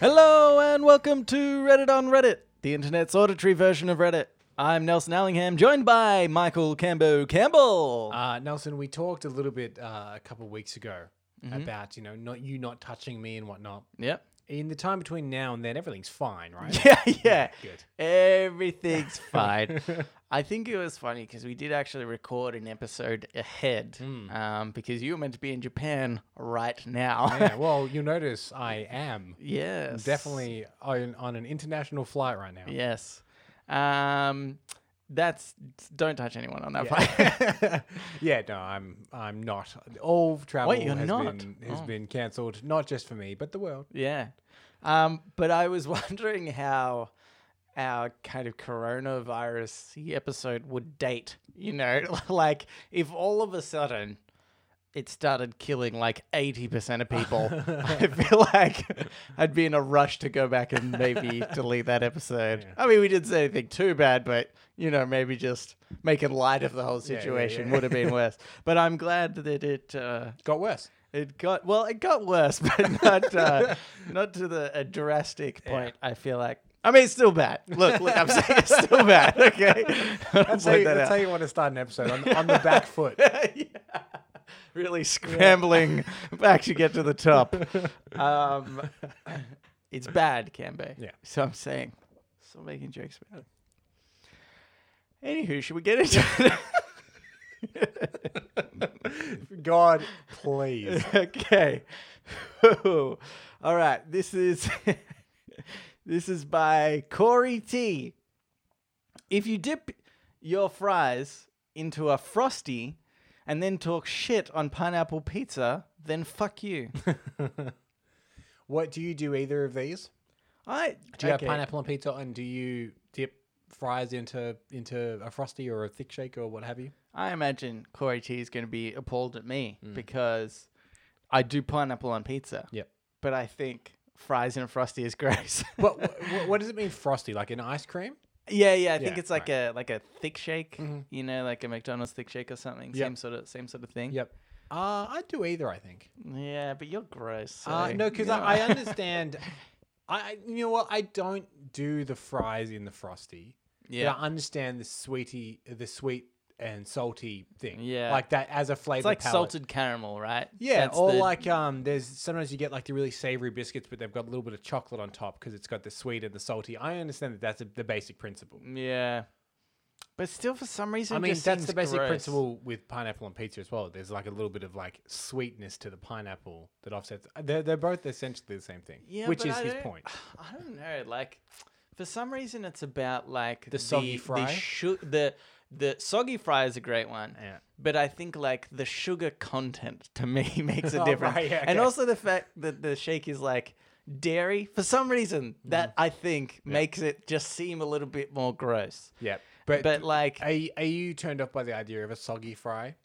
Hello and welcome to Reddit on Reddit, the internet's auditory version of Reddit. I'm Nelson Allingham, joined by Michael Cambo Campbell. Uh, Nelson, we talked a little bit uh, a couple weeks ago Mm-hmm. about you know not you not touching me and whatnot. yep. In the time between now and then, everything's fine, right? Yeah, yeah. Good. Everything's fine. I think it was funny because we did actually record an episode ahead Hmm. um, because you were meant to be in Japan right now. yeah. Well, you'll notice I am yes. definitely on, on an international flight right now. Yes. Um, that's don't touch anyone on that flight. Yeah. yeah, no, I'm I'm not. All travel you're has not? Oh. been has been cancelled, not just for me, but the world. Yeah. Um, but I was wondering how our kind of coronavirus episode would date, you know, like if all of a sudden it started killing like 80% of people, I feel like I'd be in a rush to go back and maybe delete that episode. I mean, we didn't say anything too bad, but, you know, maybe just making light of the whole yeah, situation yeah. would have been worse. But I'm glad that it. Uh, Got worse. it got well. It got worse, but not uh, not to the a drastic point. I feel like. I mean, it's still bad. Look, look. I'm saying it's still bad. Okay. That's how, you, that's how you want to start an episode on, on the back foot. Really scrambling back to get to the top. Um, it's bad, Cambe. Yeah. So I'm saying. Still making jokes about it. Anywho, should we get into it? God, please. okay. All right. This is this is by Corey T. If you dip your fries into a frosty and then talk shit on pineapple pizza, then fuck you. What do you do either of these? I Do you okay. have pineapple on pizza, and do you dip fries into into a frosty or a thick shake or what have you? I imagine Corey T is going to be appalled at me because I do pineapple on pizza, Mm. Yep. but I think fries in a frosty is gross. But what, what does it mean frosty? Like an ice cream? Yeah, yeah. I think Yeah, Mm-hmm. it's like a like a thick shake, you know, like a McDonald's thick shake or something. Yep. Same sort of same sort of thing. Yep. Uh, I do either. I think. Yeah, but you're gross. So, Uh, no, because you know. I, I understand. I I- you know what? I don't do the fries in the frosty. but Yeah. I understand the sweetie, the sweet and salty thing. Yeah. Like that as a flavor. it's like palette. salted caramel, right? Yeah, That's or the- like um, there's sometimes you get like the really savory biscuits, but they've got a little bit of chocolate on top because it's got the sweet and the salty. I understand that that's a, the basic principle. yeah. But still, for some reason, I it mean, just that's the seems basic gross. principle with pineapple on pizza as well. There's like a little bit of like sweetness to the pineapple that offsets. uh, They're, they're both essentially the same thing, Yeah, which but is I his don't- point. I don't know. Like, for some reason, it's about like the soggy The, fry? shu- the the soggy fry is a great one. Yeah. But I think like the sugar content to me makes a Oh, difference, right, yeah, and okay. also the fact that the shake is like dairy. For some reason, Mm. that I think makes it just seem a little bit more gross. Yeah, but But like, are, you- are you turned off by the idea of a soggy fry?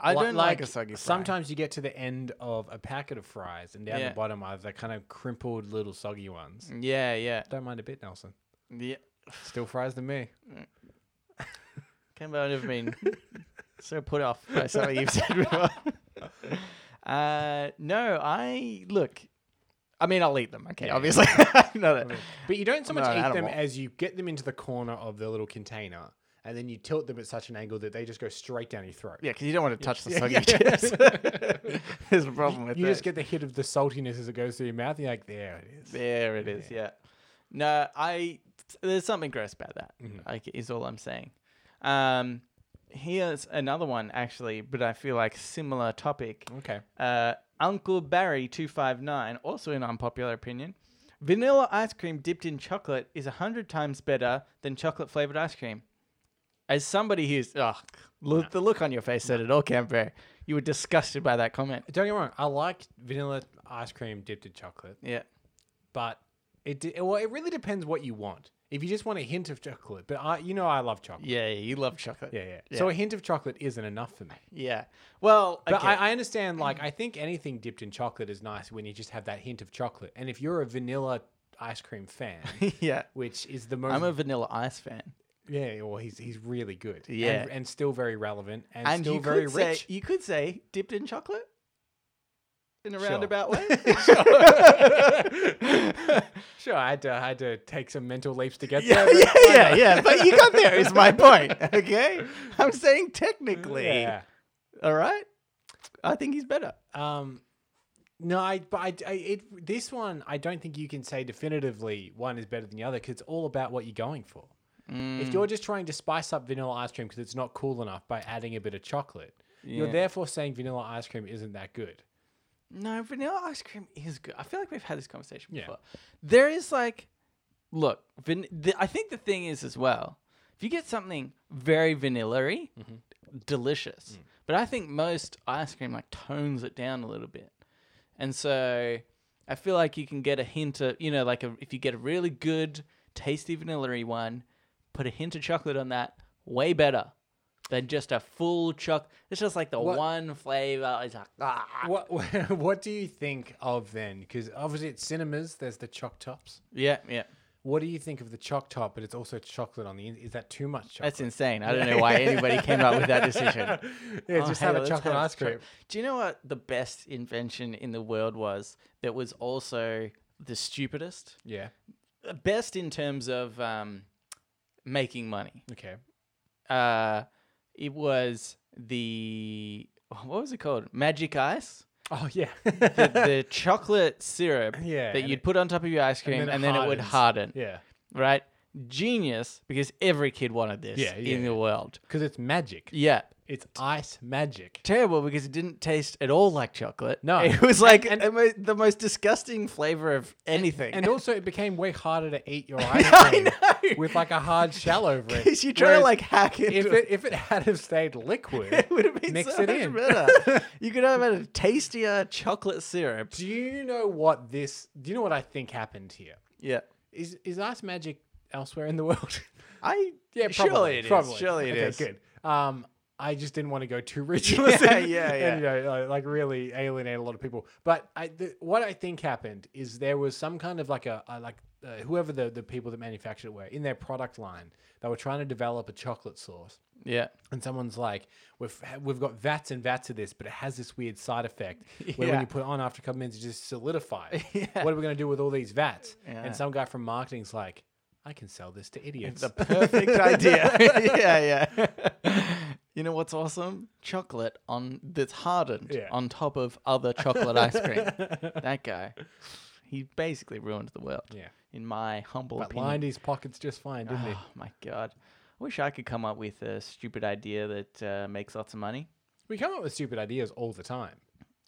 I Li- don't like, a soggy fry. Sometimes you get to the end of a packet of fries, and down Yeah. the bottom are the kind of crimpled little soggy ones. Yeah, yeah, Don't mind a bit, Nelson. yeah. Still fries to me. Cambo, I've been so put off by something you've said before. uh, no, I look. I mean, I'll eat them. Okay, obviously. I'm not a- But you don't so much Not an eat them animal. as you get them into the corner of the little container and then you tilt them at such an angle that they just go straight down your throat. yeah, because you don't want to touch the soggy yeah. chips. There's a problem with You that. just get the hit of the saltiness as it goes through your mouth. And you're like, there it is. There it is. Yeah. No, I. There's something gross about that. Mm-hmm. Like, is all I'm saying. Um, here's another one actually, but I feel like similar topic. Okay. Uh, Uncle Barry two five nine, also an unpopular opinion. Vanilla ice cream dipped in chocolate is a hundred times better than chocolate flavored ice cream. As somebody who's oh, look, the look on your face said it all, Camper. You were disgusted by that comment. Don't get me wrong. I like vanilla ice cream dipped in chocolate, Yeah, but it de- well, it really depends what you want. If you just want a hint of chocolate, but I, you know, I love chocolate. yeah, you love chocolate. Yeah, yeah. So a hint of chocolate isn't enough for me. yeah. Well, But okay. I, I understand, like, I think anything dipped in chocolate is nice when you just have that hint of chocolate. And if you're a vanilla ice cream fan, yeah. which is the most. I'm a vanilla ice fan. yeah, well, he's, he's really good. Yeah. And, and still very relevant and, And still you very could rich. say you could say dipped in chocolate. in a Sure. roundabout way. Sure, I had to, I had to take some mental leaps to get yeah, there. but yeah, yeah, why not? yeah. But you got there. Is my point. Okay, I'm saying technically. Yeah. All right. I think he's better. Um, no, I but I, I it this one I don't think you can say definitively one is better than the other because it's all about what you're going for. Mm. If you're just trying to spice up vanilla ice cream because it's not cool enough by adding a bit of chocolate, you're Yeah. therefore saying vanilla ice cream isn't that good. No, vanilla ice cream is good. I feel like we've had this conversation Yeah. before. There is like, look, van- the, I think the thing is as well, if you get something very vanilla-y, Mm-hmm. delicious. Mm. But I think most ice cream like tones it down a little bit. And so I feel like you can get a hint of, you know, like a, if you get a really good, tasty vanilla-y one, put a hint of chocolate on that, way better. Than just a full choc. It's just like the What- one flavor. It's like ah, What what do you think of then? Because obviously at cinemas there's the choc tops. yeah, yeah. What do you think of the choc top? But it's also chocolate on the in- is that too much? Chocolate? That's insane. I don't know why anybody came up with that decision. yeah, Oh, just hey, have a let's chocolate have ice cream. choc- Do you know what the best invention in the world was that was also the stupidest? Yeah. Uh, Best in terms of um, making money. Okay. Uh, it was the, what was it called? Magic Ice? Oh yeah. The, the chocolate syrup Yeah, that and you'd put on top of your ice cream and then, it, would harden, hardens. Yeah. right? Genius, because every kid wanted this Yeah, yeah, in the world. Because it's magic. Yeah. It's ice magic. terrible because it didn't taste at all like chocolate. No. it was like the mo- the most disgusting flavor of anything. And also, it became way harder to eat your ice I cream know. with like a hard shell over it. because you try to Whereas like hack into if it, it if it had have stayed liquid, it would have been mix so it much in. better. you could have had a tastier chocolate syrup. Do you know what this? Do you know what I think happened here? Yeah, Is is ice magic elsewhere in the world? I yeah, probably. surely it is. probably. Surely it okay, is. Good. Um, I just didn't want to go too ritualistic. Yeah, yeah, yeah. And, you know, like- like really alienate a lot of people. But I, the, what I think happened is there was some kind of like a, a like uh, whoever the the people that manufactured it were in their product line, they were trying to develop a chocolate sauce. Yeah, And someone's like, we've we've got vats and vats of this, but it has this weird side effect where when Yeah. you put it on after a couple minutes, it just solidifies. Yeah. What are we going to do with all these vats? Yeah. And some guy from marketing's like, I can sell this to idiots. the perfect idea. yeah, yeah. You know what's awesome? Chocolate on that's hardened Yeah. on top of other chocolate ice cream. that guy, he basically ruined the world. yeah. in my humble But opinion. lined his pockets just fine, didn't he? oh my god! I wish I could come up with a stupid idea that uh, makes lots of money. We come up with stupid ideas all the time.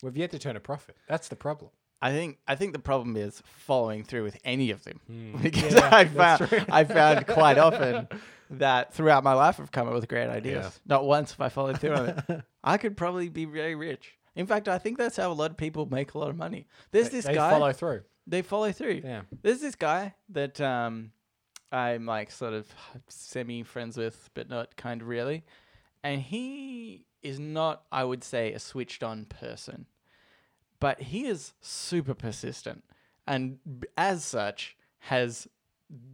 We've yet to turn a profit. That's the problem. I think I think the problem is following through with any of them Hmm. because Yeah, I that's found I found quite often that throughout my life I've come up with great ideas. Yeah. Not once have I followed through on it. I could probably be very rich. In fact, I think that's how a lot of people make a lot of money. There's this they guy follow through. they follow through. Yeah. There's this guy that um, I'm like sort of semi friends with, but not kind of really. And he is not, I would say, a switched on person, but he is super persistent. And b- as such, has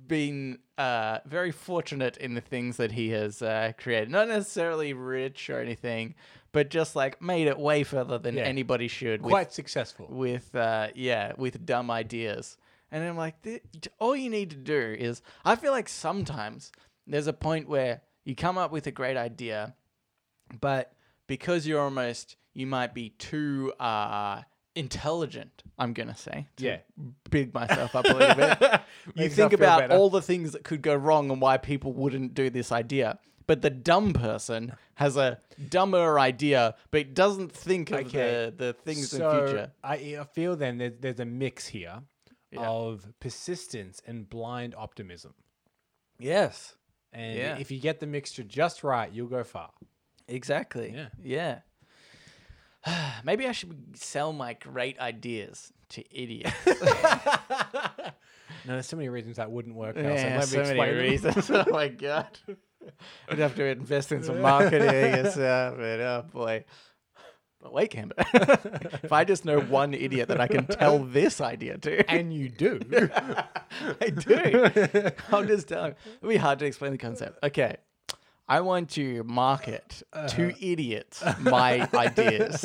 been uh, very fortunate in the things that he has uh, created. Not necessarily rich or anything, but just like made it way further than Yeah. anybody should. with Quite successful. with uh, yeah with dumb ideas and i'm like "Th- all you need to do is i feel like sometimes there's a point where you come up with a great idea but because you're almost you might be too uh, intelligent i'm gonna say to Yeah. big myself up a little bit you Makes think us feel about better. all the things that could go wrong and why people wouldn't do this idea but the dumb person has a dumber idea but doesn't think of Okay. the, the things So, in future I, I feel then there's, there's a mix here of persistence and blind optimism. Yes, And Yeah. if you get the mixture just right, you'll go far. exactly. Yeah. Yeah. Maybe I should sell my great ideas to idiots. No, there's so many reasons that wouldn't work. Now, Yeah, so let me explain. them. reasons. oh my god. I'd have to invest in some marketing and stuff. And oh boy. But wait, Camber. if I just know one idiot that I can tell this idea to, And you do. I do. I'm just telling. It'd be hard to explain the concept. Okay. I want to Uh-huh. market to idiots my ideas.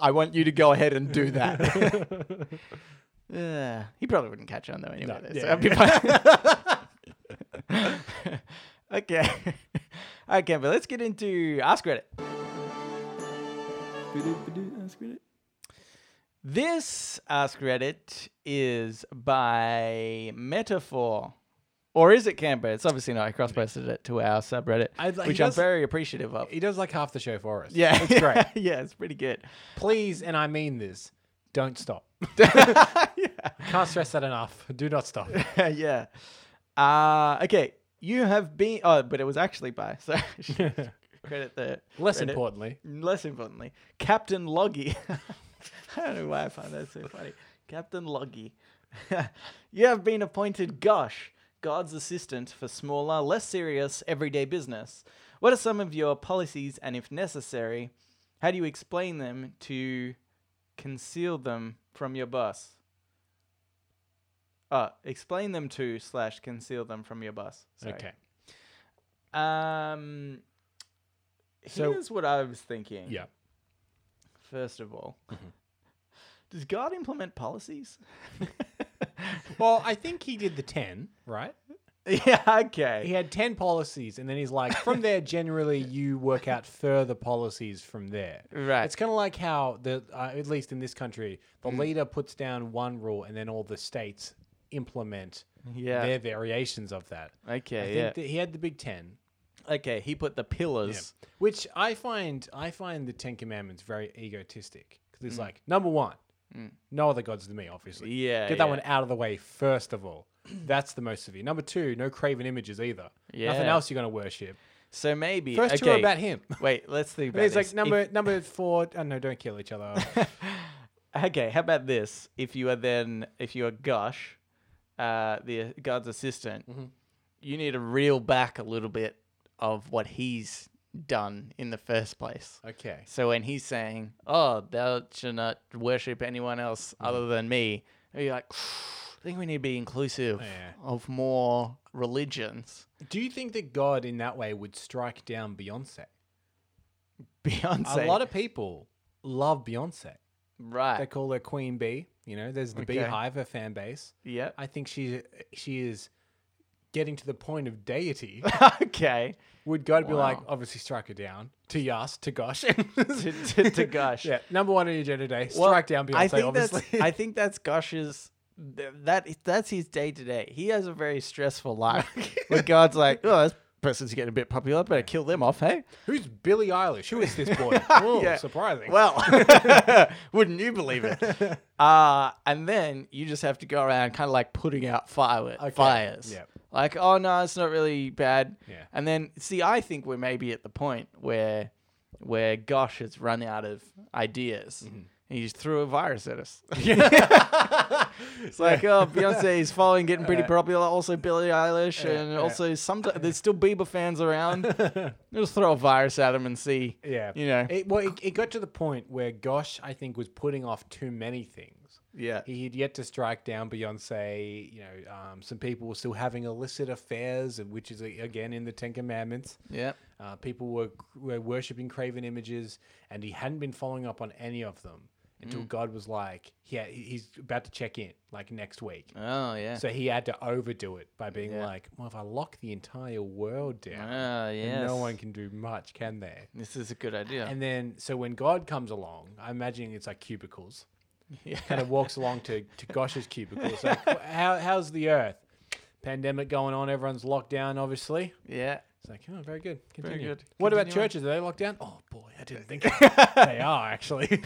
I want you to go ahead and do that. yeah. He probably wouldn't catch on though anyway. No, though, yeah, so that'd be fine. okay. Okay, but let's get into Ask Reddit. This Ask Reddit is by Metaphor. Or is it Canberra? It's obviously not. I cross posted it to our subreddit, I'd like- he which I'm does- very appreciative of. He does like half the show for us. Yeah, It's great. yeah, it's pretty good. Please, and I mean this, don't stop. Can't stress that enough. Do not stop. yeah. Uh, okay, you have been. Oh, but it was actually by. So I should credit the Less credit- importantly, Less importantly, Captain Loggy. I don't know why I find that so funny. Captain Loggy. you have been appointed Gosh, God's assistant for smaller, less serious, everyday business. What are some of your policies, and if necessary, how do you explain them to conceal them from your boss? Uh, explain them to slash conceal them from your boss. Sorry. okay. Um, So- here's what I was thinking. Yeah. First of all, does God implement policies? Well, I think he did the ten, right? yeah. Okay. He had ten policies, and then he's like, from there, generally, you work out further policies from there. Right. Mm. It's kind of like how the, uh, at least in this country, the leader puts down one rule, and then all the states implement Yeah. their variations of that. I Okay. think Yeah. that he had the big ten, okay. He put the pillars. which I find I find the Ten Commandments very egotistic because it's like number one, no other gods than me, obviously. Mm. Yeah, get that yeah. one out of the way first of all. That's the most severe. Number two, no craven images either. nothing Yeah. else you're gonna worship. So maybe First okay. two are about him. Wait. Let's think about It's this. like number number four. Oh no, don't kill each other. If- okay. How about this? If you are then, if you are Gosh, uh, the God's assistant, you need to reel back a little bit of what he's done in the first place. okay. So when he's saying, "Oh, thou shalt not worship anyone else Mm-hmm. other than me," you're like, "I think we need to be inclusive Yeah. of more religions." Do you think that God in that way would strike down Beyonce? Beyonce, A lot of people love Beyonce. They right? call her Queen Bee. You know, there's the Okay. Beehive, her fan base. Yep. I think she she is getting to the point of deity. okay. Would God be like, Wow. obviously strike her down to Yas, to Gosh, to, to, to Gosh, yeah, number one on your agenda today. Well, strike down Beyonce. I think obviously, that's I think that's Gosh's th- that that's his day to day. He has a very stressful life. where God's like, "Oh, this person's getting a bit popular. Better kill them off, hey." who's Billie Eilish? Who is this boy? Oh, Yeah. surprising. Well, wouldn't you believe it? Uh, and then you just have to go around kind of like putting out fire, fires. Yep. Like, oh, no, it's not really bad. Yeah. And then, see, I think we're maybe at the point where, where gosh, has run out of ideas. Mm-hmm. And he just threw a virus at us. it's like, oh, Beyonce is following, getting pretty popular. Also, Billie Eilish, and yeah. also sometimes there's still Bieber fans around. They'll just throw a virus at him and see. yeah, You know. It, well, it, it got to the point where Gosh, I think, was putting off too many things. Yeah. He had yet to strike down Beyonce. You know, um, some people were still having illicit affairs, and which is again in the Ten Commandments. Yeah. Uh, people were were worshiping craven images, and he hadn't been following up on any of them Mm. until God was like, "Yeah, he- he's about to check in like next week." Oh, yeah. So he had to overdo it by being like, "Well, if I lock the entire world down, Ah, then yes. no one can do much, can they?" This is a good idea. And then, so when God comes along, I'm imagining it's like cubicles. Yeah. Kind of walks along to, to Gosh's cubicle. It's like, "Wh- how, how's the earth? Pandemic going on. Everyone's locked down, obviously. yeah. It's like, oh, very good. Continue. good. What about Continue on. churches? Are they locked down? Oh, boy, I didn't think they are, actually.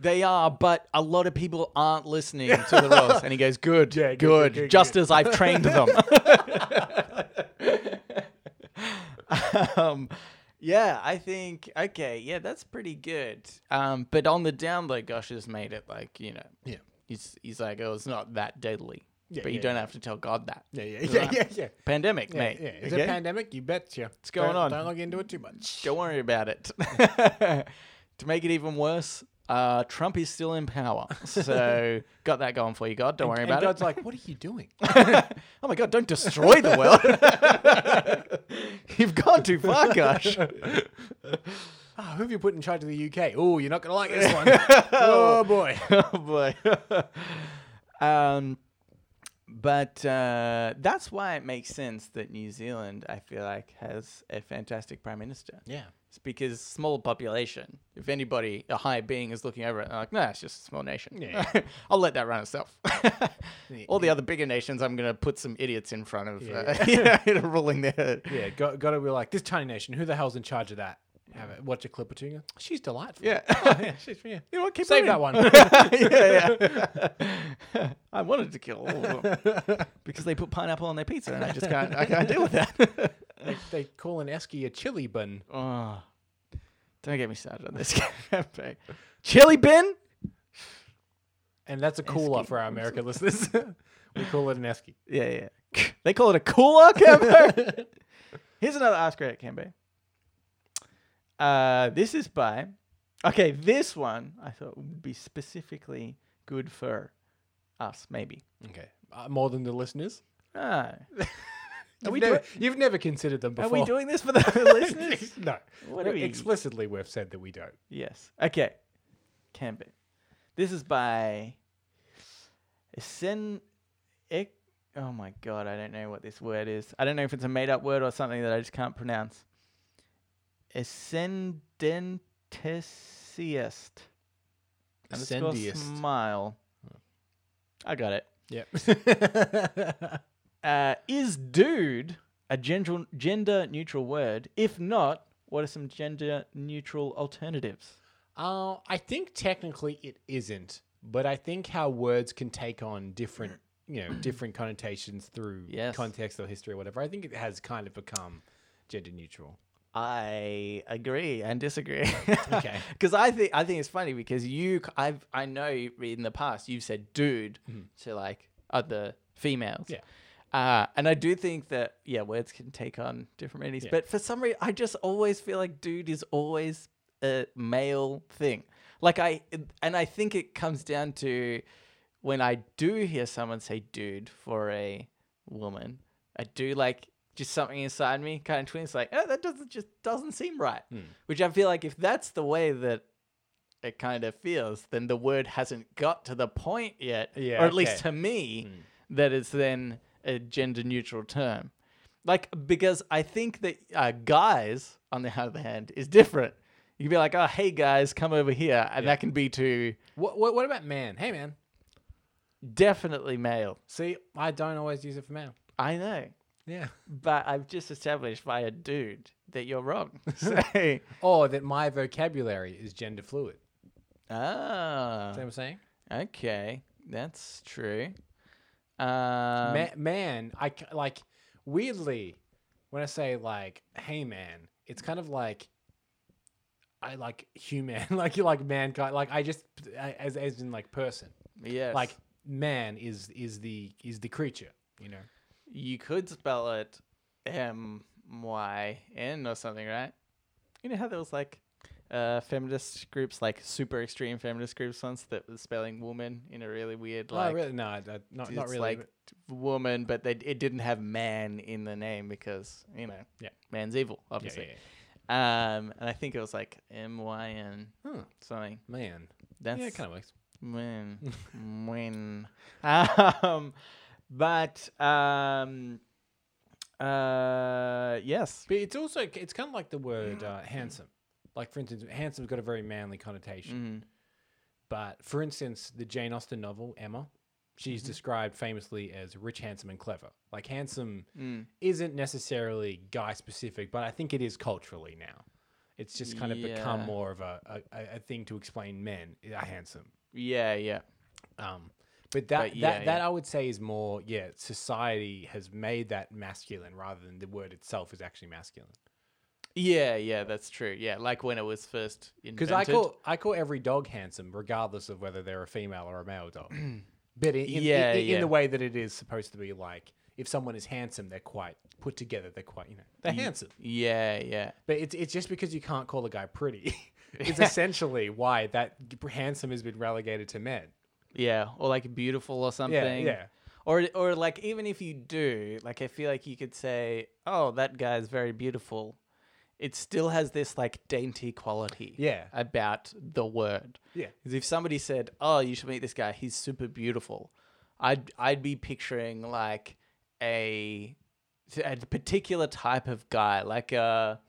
They are, but a lot of people aren't listening to the rules. And he goes, good, Yeah, good, good, good, good, good, just good." as I've trained them. um, yeah, I think, okay, yeah, that's pretty good. Um, but on the down low, Gosh has made it like, you know, yeah. he's, he's like, oh, it's not that deadly. Yeah, but you yeah, don't yeah. have to tell God that. Yeah, yeah, yeah, yeah, yeah. Pandemic, Yeah, mate. yeah. Is it okay? a pandemic? You betcha. What's going don't, on? Don't look into it too much. Don't worry about it. to make it even worse, uh, Trump is still in power. So got that going for you, God. Don't worry And about God's it. like, what are you doing? oh my God, don't destroy the world. You've gone too far, gosh. Oh, who have you put in charge of the UK? Oh, you're not going to like this one. oh, boy. oh boy. um, but uh, that's why it makes sense that New Zealand, I feel like, has a fantastic prime minister. Yeah. It's because small population. If anybody, a higher being, is looking over it, they're like, nah, it's just a small nation. Yeah. I'll let that run itself. All the other bigger nations, I'm going to put some idiots in front of, uh, you know, ruling their. Yeah, got, got to be like, this tiny nation, who the hell's in charge of that? Have it, watch a clip or two. and go, She's delightful. Yeah. Oh, yeah, she's, yeah. You know what? Keep Save going. that one. yeah, yeah. I wanted to kill all of them because they put pineapple on their pizza, and I just can't. I can't deal with that. they, they call an esky a chili bun. oh, don't get me started on this campaign. Chili bin. And that's a cooler Esky. for our American listeners. we call it an esky. Yeah, yeah. They call it a cooler campaign. Here's another Ask Reddit campaign. Uh, this is by. Okay, this one I thought would be specifically good for us, maybe. Okay. Uh, more than the listeners. No. You've, we never, you've never considered them before. Are we doing this for the listeners? no. What are we- Explicitly, we've said that we don't. Yes. Okay. Can be. This is by Sen. Ek- oh my god, I don't know what this word is. I don't know if it's a made up word or something that I just can't pronounce. Ascendentesiast. Underscore Ascendiest. Smile. Hmm. I got it. Yep. Uh, is dude a gender gender neutral word? If not, what are some gender neutral alternatives? Uh, I think technically it isn't, but I think how words can take on different, you know, different connotations through Yes. context or history or whatever. I think it has kind of become gender neutral. I agree and disagree. Okay. Because I think I think it's funny because you c- I've I know in the past you've said dude to like other females. Mm-hmm. Yeah. Uh, and I do think that yeah words can take on different meanings, but for some reason I just always feel like dude is always a male thing. Like I and I think it comes down to when I do hear someone say dude for a woman, I do like just something inside me kind of twins like, oh, that doesn't just doesn't seem right. Hmm. Which I feel like if that's the way that it kind of feels, then the word hasn't got to the point yet, Yeah, or at least okay. Hmm. to me, that it's then a gender neutral term. Like because I think that uh, guys, on the other hand, is different. You can be like, oh, hey guys, come over here, and that can be to What, what, what about man? Hey, man. definitely male. See, I don't always use it for man. I know, Yeah. but I've just established via dude that you're wrong. So, Or that my vocabulary is gender fluid. ah, See what I'm saying? okay, that's true. Um, Ma- man, I c- like weirdly when I say like, "Hey, man," it's kind of like I like human, like you like mankind, like I just I- as as in like person, yes, like man is is the is the creature, you know? you could spell it M Y N or something, right? You know how there was like uh, feminist groups, like super extreme feminist groups once that was spelling woman in a really weird, Like, like oh, really? No, I- I- not not it's really. like but- woman, but they it didn't have man in the name because you know, Yeah. man's evil, yeah, obviously. yeah, yeah. Um, and I think it was like M Y N Hmm, something. man, That's yeah, it kind of works. Win. Win. Um, but um, uh, yes. But it's also it's kind of like the word uh, Mm. handsome. Like for instance, handsome's got a very manly connotation. Mhm. But for instance, the Jane Austen novel Emma, she's Mm-hmm. described famously as rich, handsome, and clever. Like handsome Mm. isn't necessarily guy specific, but I think it is culturally now. It's just kind of become Yeah. more of a, a- a, a thing to explain men are handsome. Yeah, yeah. Um, But but that that, yeah, that yeah. I would say is more yeah. Society has made that masculine rather than the word itself is actually masculine. Yeah, yeah, that's true. Yeah, like when it was first invented. Because I call I call every dog handsome, regardless of whether they're a female or a male dog. but in, in, Yeah, in, in yeah. the way that it is supposed to be, like if someone is handsome, they're quite put together. They're quite you know they're Mm. handsome. Yeah, yeah. But it's it's just because you can't call a guy pretty. it's essentially why that handsome has been relegated to men. Yeah, or like beautiful or something. yeah. Or or like even if you do, like I feel like you could say, "Oh, that guy's very beautiful." it still has this like dainty quality Yeah. about the word. Yeah. Because if somebody said, "Oh, you should meet this guy. He's super beautiful," I'd I'd be picturing like a a particular type of guy, like a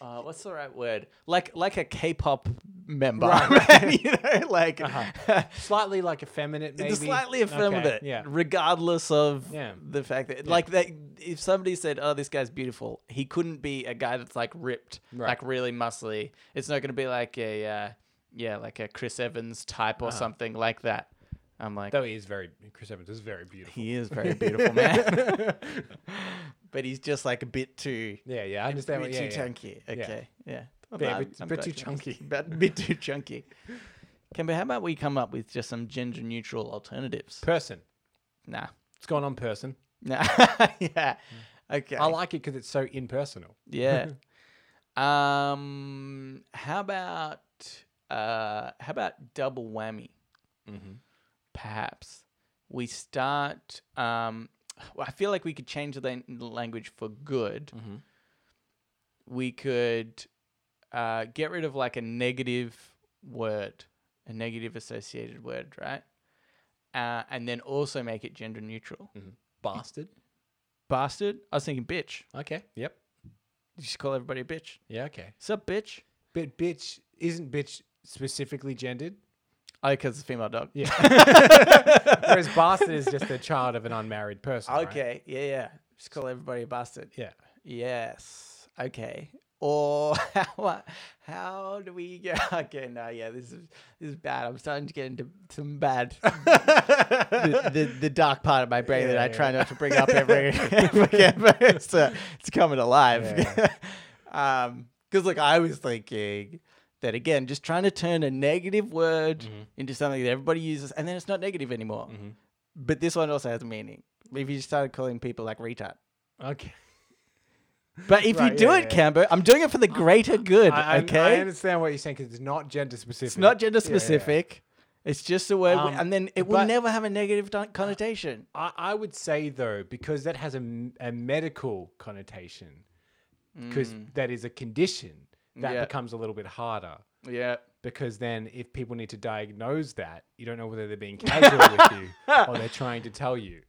uh, what's the right word? Like like a K-pop member, you know, like Uh-huh. Slightly like effeminate, maybe. it's slightly effeminate, Okay, Yeah. regardless of Yeah. the fact that, like, that if somebody said, "Oh, this guy's beautiful," he couldn't be a guy that's like ripped, Right. like really muscly. It's not going to be like a, uh, yeah, like a Chris Evans type Uh-huh. or something like that. I'm like, Though he is very, Chris Evans is very beautiful. he is very beautiful man, but he's just like a bit too, Yeah, yeah, I a understand what bit yeah, too yeah. chunky. Okay, yeah, I'm Yeah, glad- bit- I'm bit glad too you asked. chunky. Bit- bit too chunky. Kemba, how about we come up with just some gender neutral alternatives? Person. Nah. It's gone on person. No. yeah. Okay. I like it because it's so impersonal. yeah. um. How about uh? How about double whammy? Mm-hmm, Perhaps we start. Um. well, I feel like we could change the lan- language for good. We could uh, get rid of like a negative word, a negative associated word, right? Uh, and then also make it gender neutral. Bastard. Bastard. I was thinking bitch. Okay. Yep. You just call everybody a bitch. Yeah. Okay. Sup, bitch? But bitch isn't bitch specifically gendered, Oh, because it's a female dog. Yeah. whereas bastard is just the child of an unmarried person. right? Okay. Yeah, yeah. Just call everybody a bastard. Yeah. Yes. Okay. Or how how do we go? Okay, no, yeah, this is this is bad. I'm starting to get into some bad the, the, the dark part of my brain that I Yeah, try not to bring up every every episode. So it's coming alive. Yeah. um, because look, I was thinking that again, just trying to turn a negative word Mm-hmm. into something that everybody uses, and then it's not negative anymore. But this one also has meaning. If you just started calling people like retard. Okay. But if Right, you do yeah, it, yeah. Cambo, I'm doing it for the greater good. I, I- okay, I understand what you're saying because it's not gender specific. it's not gender specific. It's just a word, we- Um, and then it will but- never have a negative di- connotation. I, I would say though because that has a, m- a medical connotation because that is a condition that Mm. Yeah. becomes a little bit harder. Yeah. because then if people need to diagnose that, you don't know whether they're being casual with you or they're trying to tell you.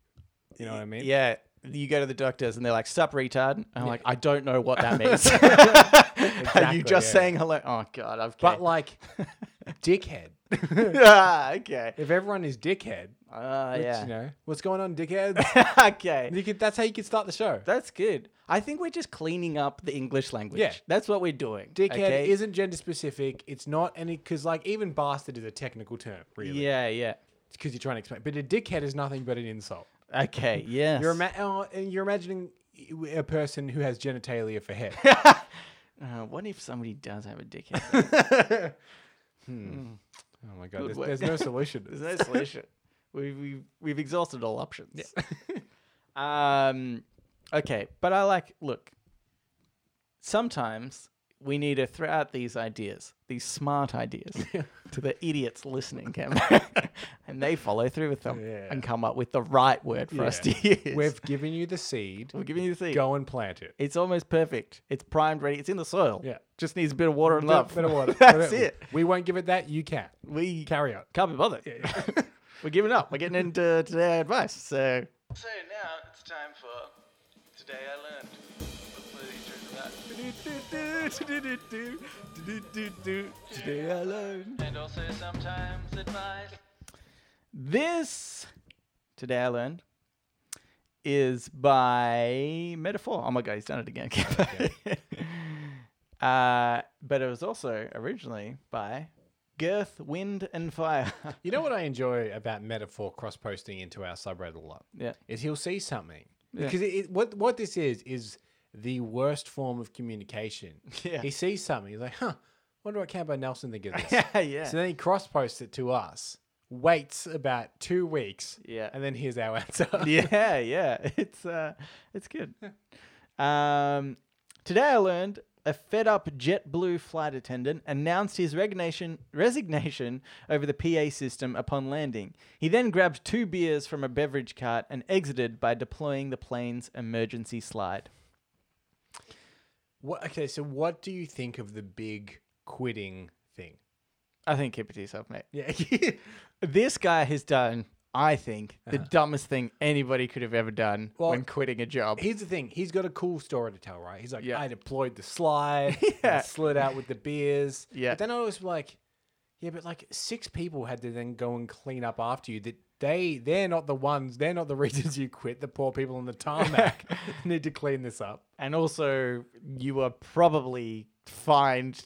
You know what I mean? Yeah. You go to the doctors and they're like, sup, retard. And I'm like, I don't know what that means. Are Exactly, you just yeah. saying hello? Oh, God. I've But like, dickhead. ah, okay. if everyone is dickhead, Ah, which, yeah. you know, what's going on, dickhead? okay. you could, that's how you could start the show. That's good. I think we're just cleaning up the English language. Yeah. That's what we're doing. Dickhead okay? isn't gender specific. It's not any because like even bastard is a technical term, really, Yeah, yeah. because you're trying to explain. But a dickhead is nothing but an insult. Okay, yes. You're, ima- oh, and you're imagining uh, a person who has genitalia for head. Uh, what if somebody does have a dickhead? Hmm. Hmm. oh my god, work. there's, there's no solution. to this. There's no solution. we've, we've, we've exhausted all options. um, okay, but I like, look, sometimes we need to throw out these ideas, these smart ideas, to the idiots listening, Cam. and they follow through with them Yeah. and come up with the right word for us to Yeah. use. we We've given you the seed. are giving you the thing. Go and plant it. It's almost perfect. It's primed, ready. It's in the soil. Yeah. Just needs a bit of water and love. Bit of water. That's it. We won't give it that. You can. We Carry on. can't be bothered. We're giving up. We're getting into today advice. So. So now it's time for Today I Learned. Hopefully you enjoyed that. Today alone. And also sometimes advice. This today I learned is by metaphor. Oh my god, he's done it again. uh, but it was also originally by Girth, Wind, and Fire. You know what I enjoy about metaphor cross posting into our subreddit a lot yeah. is he'll see something Yeah. because it, it, what what this is is the worst form of communication. Yeah. He sees something. He's like, huh. Wonder what Cambo Nelson think of this. yeah. So then he cross posts it to us. Waits about two weeks. Yeah. And then here's our answer. yeah, yeah. It's uh it's good. Um today I learned a fed up JetBlue flight attendant announced his resignation resignation over the PA system upon landing. He then grabbed two beers from a beverage cart and exited by deploying the plane's emergency slide. What, okay, so what do you think of the big quitting thing? I think keep it to yourself, mate. Yeah. This guy has done, I think, the dumbest thing anybody could have ever done Uh-huh. Well, when quitting a job. Here's the thing. He's got a cool story to tell, right? He's like, Yeah. I deployed the slide, Yeah. I slid out with the beers. Yeah. But then I was like, yeah, but like six people had to then go and clean up after you. That they they're not the ones. They're not the reasons you quit. The poor people on the tarmac need to clean this up. and also, you were probably fined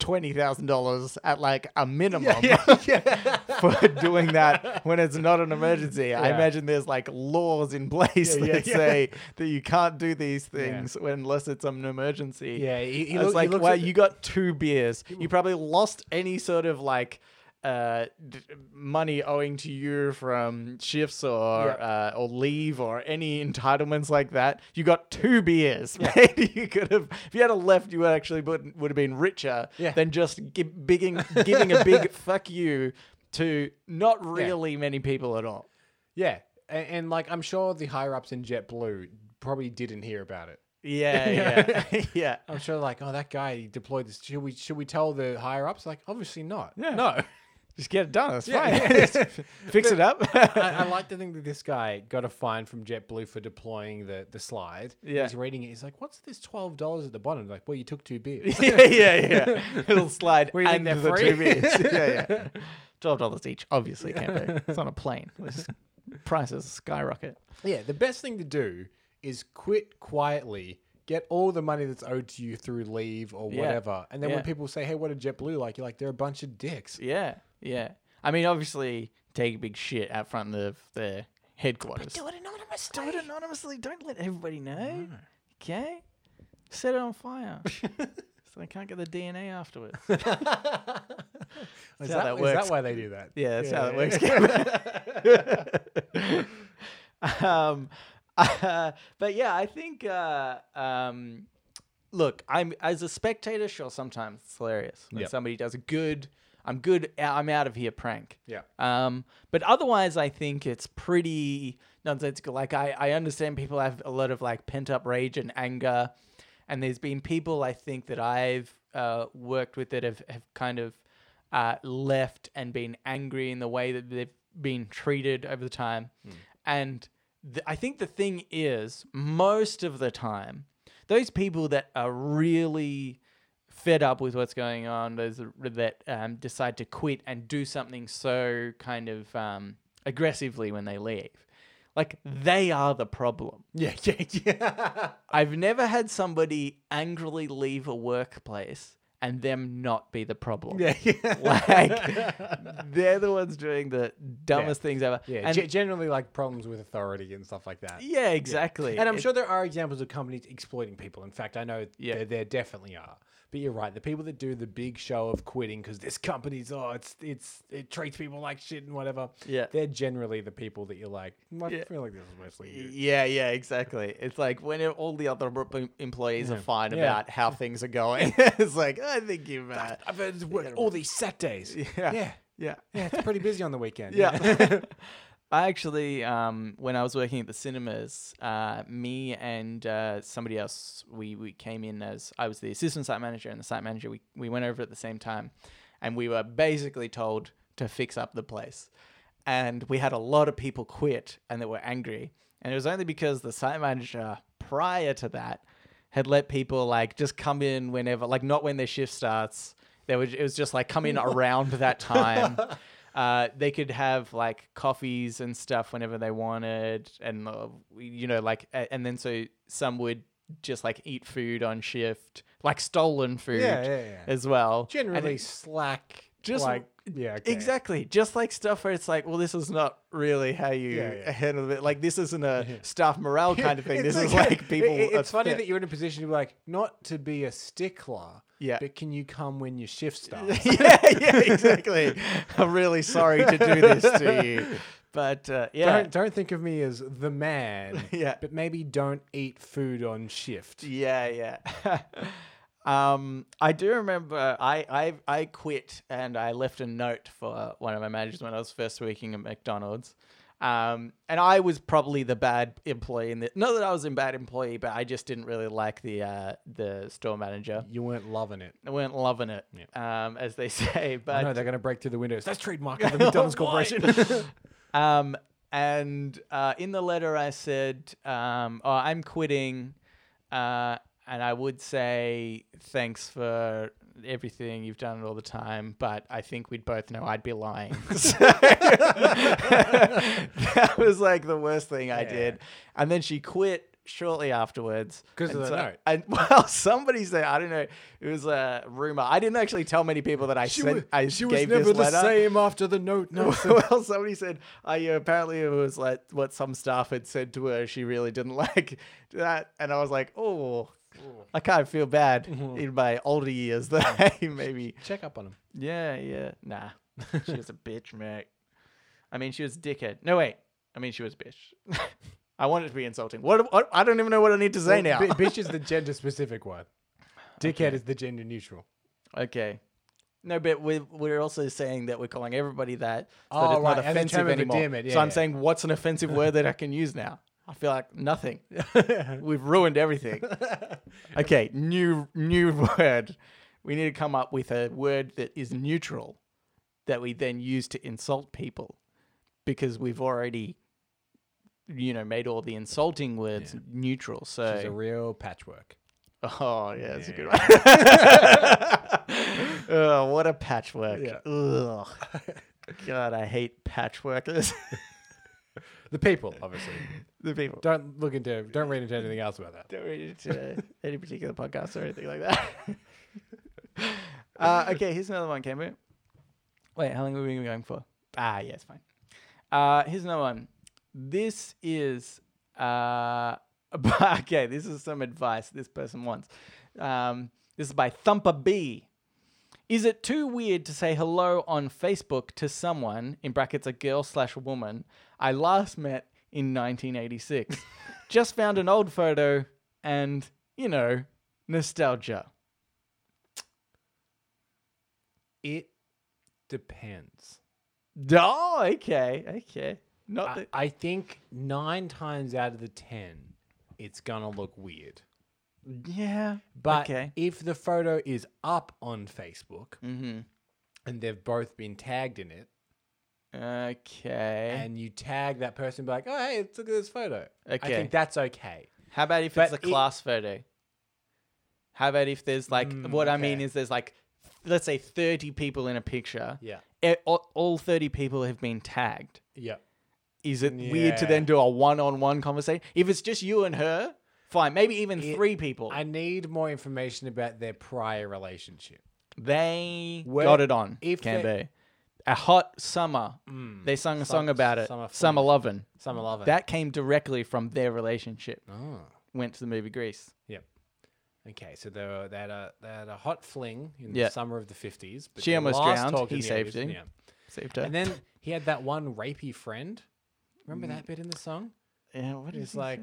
twenty thousand dollars at like a minimum yeah. for doing that when it's not an emergency. I Yeah. imagine there's like laws in place Yeah, yeah, that yeah. say that you can't do these things when unless it's an emergency. Yeah, he- it's he look- he like, looks well, at the- you got two beers. You probably lost any sort of like uh d- money owing to you from shifts or uh, or leave or any entitlements like that you got two beers maybe you could have if you had a left you actually would, would have been richer Yeah. than just gi- bigging, giving a big fuck you to not really many people at all. Yeah. And, and like I'm sure the higher ups in JetBlue probably didn't hear about it. Yeah, yeah, yeah. I'm sure like, oh that guy he deployed this. Should we should we tell the higher ups? Like, obviously not. Yeah. No. Just get it done. That's Yeah, fine. yeah. Fix it up. I, I like to think that this guy got a fine from JetBlue for deploying the, the slide. Yeah. He's reading it. He's like, what's this $12 at the bottom? Like, well, you took two beers. yeah, yeah, yeah. It'll slide What do you think, and they're the free? two beers. Yeah, yeah. Twelve dollars each. Obviously, can't do. It's on a plane. It's- Prices skyrocket. yeah, the best thing to do is quit quietly, get all the money that's owed to you through leave or Yeah. whatever. And then Yeah. when people say, hey, what did JetBlue like? You're like, they're a bunch of dicks. Yeah, yeah. I mean, obviously, take a big shit out front of their headquarters. do it anonymously. Do it anonymously. Don't let everybody know. Okay. Set it on fire. so they can't get the DNA afterwards. Is how that, that is that works. why they do that? Yeah, that's how Yeah, it works. Gavin. um, uh, but yeah, I think. Uh, um, look, I'm as a spectator. Sure, sometimes it's hilarious when Yep. somebody does a good. I'm good. I'm out of here. Prank. Yeah. Um, but otherwise, I think it's pretty nonsensical. Like, I, I understand people have a lot of like pent up rage and anger. And there's been people I think that I've uh, worked with that have, have kind of uh, left and been angry in the way that they've been treated over the time. And th- I think the thing is, most of the time, those people that are really fed up with what's going on, those that- that um, decide to quit and do something so kind of um, aggressively when they leave. Like they are the problem. Yeah, yeah, yeah. I've never had somebody angrily leave a workplace and them not be the problem. yeah, yeah. Like they're the ones doing the dumbest things ever. Yeah, And- ge- generally like problems with authority and stuff like that. yeah, exactly. And I'm It- sure there are examples of companies exploiting people. In fact, I know Yeah. there, there definitely are. But you're right. The people that do the big show of quitting because this company's oh, it's it's it treats people like shit and whatever. Yeah. they're generally the people that you're like. "Mm, I Yeah. feel like this is mostly you. Yeah, yeah, exactly. It's like when it- all the other rep- employees are fine Yeah. about how things are going. it's like I think you've uh, I've had to work all these set days. Yeah, yeah, yeah, yeah. It's pretty busy on the weekend. yeah. I actually, um, when I was working at the cinemas, uh, me and uh, somebody else, we, we came in as I was the assistant site manager and the site manager. We, we went over at the same time and we were basically told to fix up the place. And we had a lot of people quit and they were angry. And it was only because the site manager prior to that had let people like just come in whenever, like not when their shift starts. They would, it was just like come in around that time. Uh, they could have like coffees and stuff whenever they wanted, and uh, you know, like, a- and then so some would just like eat food on shift, like stolen food yeah, yeah. as well. And Generally it- slack. just like yeah, okay. Exactly. Just like stuff where it's like, well, this is not really how you Yeah, yeah. handle it. Like, this isn't a staff morale kind of thing. It's this is okay. like people. It- it's funny upset. that you're in a position to be like, not to be a stickler. Yeah. But can you come when your shift starts? yeah, yeah, exactly. I'm really sorry to do this to you. But uh, yeah. Don't don't think of me as the man. Yeah. But maybe don't eat food on shift. Yeah, yeah. um, I do remember I, I I quit and I left a note for one of my managers when I was first working at McDonald's. Um, and I was probably the bad employee in the not that I was a bad employee, but I just didn't really like the uh, the store manager. You weren't loving it. I weren't loving it, um, as they say. But No, they're going to break through the windows. That's trademark of the McDonald's Corporation. Um, and uh, in the letter, I said, um, oh, I'm quitting. Uh, and I would say thanks for everything you've done all the time, but I think we'd both know I'd be lying. So- that was like the worst thing I did. And then she quit shortly afterwards 'Cause of And the so- note. and well somebody said i don't know it was a rumor i didn't actually tell many people that i sent i gave this letter same after the note. No, well, somebody said, "I yeah, apparently it was like what some staff had said to her. She really didn't like that." And I was like, "Oh, I kind of feel bad in my older years that I maybe, check up on him. yeah, yeah, nah, she was a bitch, mate. I mean, she was a dickhead. No, wait, I mean, she was a bitch. I wanted to be insulting. What, what? I don't even know what I need to say now. B- bitch is the gender specific one. Dickhead is the gender neutral. okay." No, but we're, we're also saying that we're calling everybody that, so Oh, that it's right, not as a term offensive of anymore. endearment, so yeah, I'm yeah. saying, what's an offensive word that I can use now? I feel like nothing. We've ruined everything. Okay, new new word. We need to come up with a word that is neutral that we then use to insult people because we've already you know made all the insulting words neutral. So It's a real patchwork. Oh yeah, that's a good one. Ugh, what a patchwork. Yeah. Ugh. God, I hate patchworkers. The people, obviously. the people. Don't look into. Don't read into anything else about that. Don't read it to any particular podcast or anything like that. uh, okay, here's another one, Cambo. Wait, how long have we been going for? Ah, yeah, it's fine. Uh, here's another one. This is uh, okay. This is some advice this person wants. Um, this is by Thumper B. Is it too weird to say hello on Facebook to someone in brackets a girl slash woman I last met in 1986? Just found an old photo and you know nostalgia. It depends. Oh, okay, okay. Not I, that- I think nine times out of the ten, it's gonna look weird. yeah, But okay. Mm. if the photo is up on Facebook mm-hmm. and they've both been tagged in it, Okay. and you tag that person, be like, "Oh, hey, let's look at this photo." I Okay. think that's okay. How about if it's But a it- class photo? How about if there's like what I mean Mm, okay. is there's like let's say 30 people in a picture. Yeah. E- all, all 30 people have been tagged. Yeah. Is it weird to Yeah. then do a one-on-one conversation? If it's just you and her, fine. Maybe even three people. I need more information about their prior relationship. they Where- got it on. if can they- be Mm. a hot summer. they sung a song about it. summer Summer lovin'. Some love it. Mm. That came directly from their relationship. Oh. Went to the movie Grease. Yep. Okay, so they, were, they, had a, they had a uh, hot fling in Yeah. the summer of the 50s. But She they almost last drowned. talked in He the saved 80s, her. Saved her. And then he had that one rapey friend. Remember that bit in the song? yeah, what is It's like,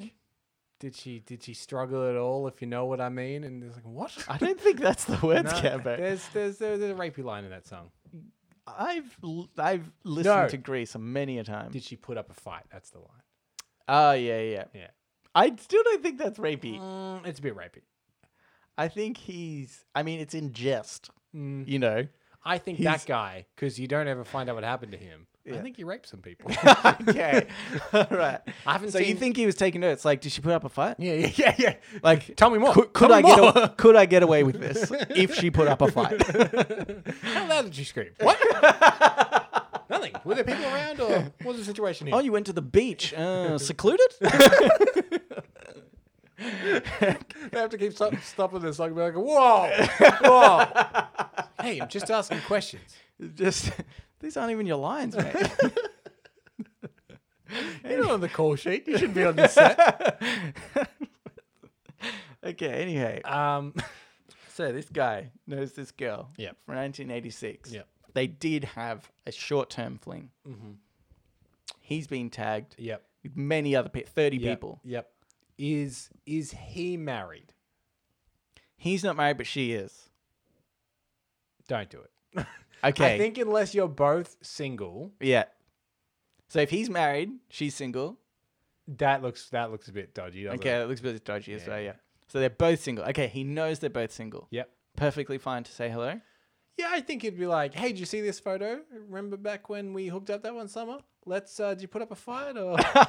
did she did she struggle at all? If you know what I mean, and it's like, what? I don't think that's the words, No, Cambo. there's, there's there's there's a rapey line in that song. I've l- I've listened No. to Grease many a time. Did she put up a fight? That's the line. Oh yeah, yeah. Yeah, I still don't think that's rapey. Mm, it's a bit rapey. I think he's. I mean, it's in jest. Mm. You know. I think He's- that guy, because you don't ever find out what happened to him. Yeah. I think he raped some people. okay. All right. I haven't so you seen- think he was taking notes? Like, did she put up a fight? yeah, yeah, yeah, yeah. Like, Tell me more. Could, could Tell I me get more. a, could I get away with this if she put up a fight? How loud did you scream? What? Nothing. Were there people around, or what was the situation here? Oh, you went to the beach, uh, secluded? They have to keep stop, stopping this song and be like, whoa, whoa. hey, I'm just asking questions. Just these aren't even your lines, mate. You're not on the call sheet. You shouldn't be on this set. okay. Anyway, Um, so this guy knows this girl. Yep. From 1986. Yep. They did have a short-term fling. Mm-hmm. He's been tagged yep. with many other pe- 30 yep, people. Yep. Is is he married? He's not married, but she is. Don't do it. Okay. I think unless you're both single, Yeah. So if he's married, she's single. That looks that looks a bit dodgy. Doesn't Okay, It? that looks a bit dodgy as Yeah, well, yeah. yeah. So they're both single. Okay, he knows they're both single. Yep. Perfectly fine to say hello. Yeah, I think it'd be like, hey, did you see this photo? Remember back when we hooked up that one summer? Let's. Uh, did you put up a fight or You let's know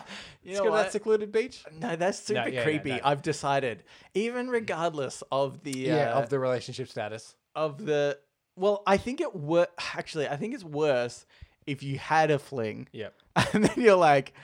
go to what? that secluded beach? No, that's No, super yeah, no, creepy. no. I've decided, even regardless of the uh, yeah, of the relationship status. of the well, I think it wor- actually I think it's worse if you had a fling Yep. and then you're like,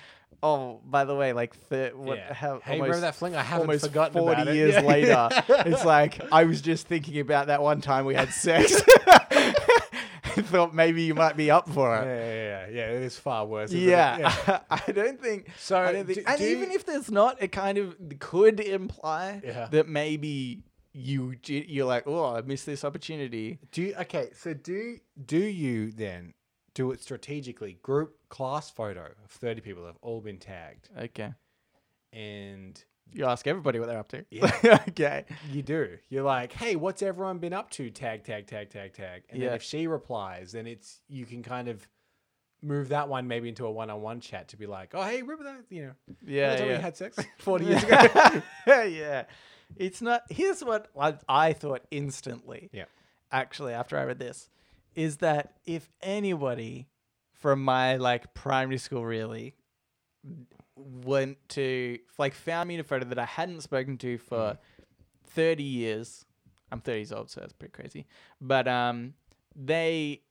oh, by the way, like th- what? Yeah. How, Hey, remember that fling? I haven't almost forgotten forty about it. years Yeah. later, it's like I was just thinking about that one time we had sex. I thought maybe you might be up for Yeah, it. yeah, yeah, yeah. It is far worse. isn't it? Yeah, I don't think So, I don't think, do- and do even you- if there's not, it kind of could imply Yeah. that maybe you j- you're like, oh, I missed this opportunity. Do you, okay, so do do you then do it strategically? Group class photo of thirty people have all been tagged, Okay, and you ask everybody what they're up to. Yeah. okay, you do. You're like, hey, what's everyone been up to? Tag, tag, tag, tag, tag. And Yeah. then if she replies, then it's you can kind of move that one maybe into a one-on-one chat to be like, oh, hey, remember that? You know, remember yeah, that time yeah. we had sex forty years ago. yeah. yeah. It's not. Here's what I, I thought instantly. Yeah. Actually, after I read this, is that if anybody from my like primary school really went to like found me in a photo that I hadn't spoken to for Mm-hmm. 30 years, I'm 30 years old, so that's pretty crazy. But um, they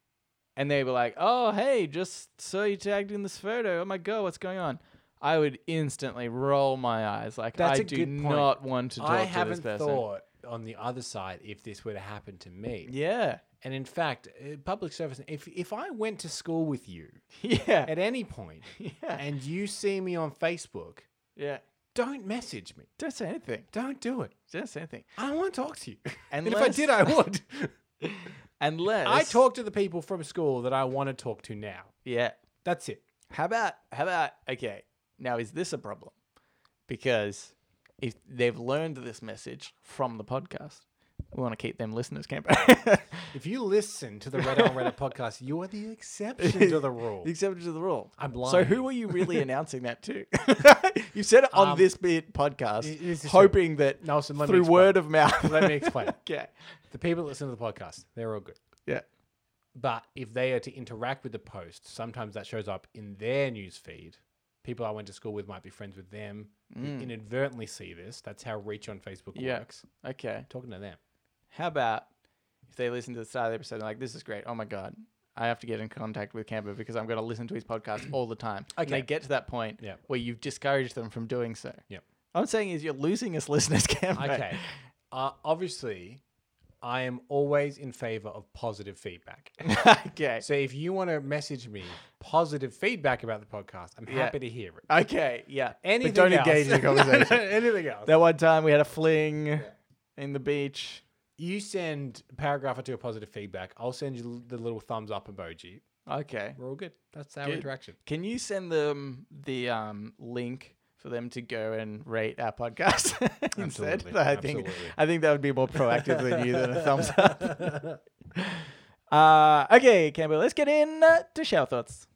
and they were like, "Oh, hey, just saw you tagged in this photo. Oh my god, what's going on?" I would instantly roll my eyes, like That's I a do good point. not want to talk I to haven't this person. thought on the other side if this were to happen to me. Yeah, And in fact, uh, public service. If if I went to school with you yeah, at any point yeah, and you see me on Facebook, yeah. don't message me. Don't say anything. Don't do it. Don't say anything. I don't want to talk to you. And if I Unless- did, I would. Unless I talk to the people from school that I want to talk to now. Yeah. That's it. How about how about okay? Now is this a problem? Because if they've learned this message from the podcast, we want to keep them listeners, Camper. If you listen to the Red on Reddit podcast, you are the exception to the rule. The exception to the rule. I'm So lying. who are you really announcing that to? you said it on Um, this bit i- podcast, this is hoping that Nelson, let me through explain. word of mouth. Let me explain. okay. The people that listen to the podcast, they're all good. Yeah. But if they are to interact with the post, sometimes that shows up in their news feed. People I went to school with might be friends with them, who inadvertently see this. That's how reach on Facebook Mm. Yeah. works. Okay. Talking to them. How about if they listen to the start of the episode and like, this is great. Oh my God. I have to get in contact with Camper because I'm going to listen to his podcast all the time. And they Okay. get to that point Yeah. where you've discouraged them from doing so. Yep. What I'm saying is you're losing us listeners, Camper. Okay. Uh, obviously, I am always in favor of positive feedback. okay. so if you want to message me positive feedback about the podcast, I'm Yeah. happy to hear it. Okay. Yeah. Anything but don't else- engage in the No, no, conversation. anything else? That one time we had a fling in the beach. You send a paragraph or two of positive feedback. I'll send you the little thumbs up emoji. Okay. We're all good. That's our Good. interaction. Can you send them the um, link for them to go and rate our podcast instead? Absolutely, I think absolutely. I think that would be more proactive than you than a thumbs up. uh, okay, Campbell, let's get in uh, to shower thoughts.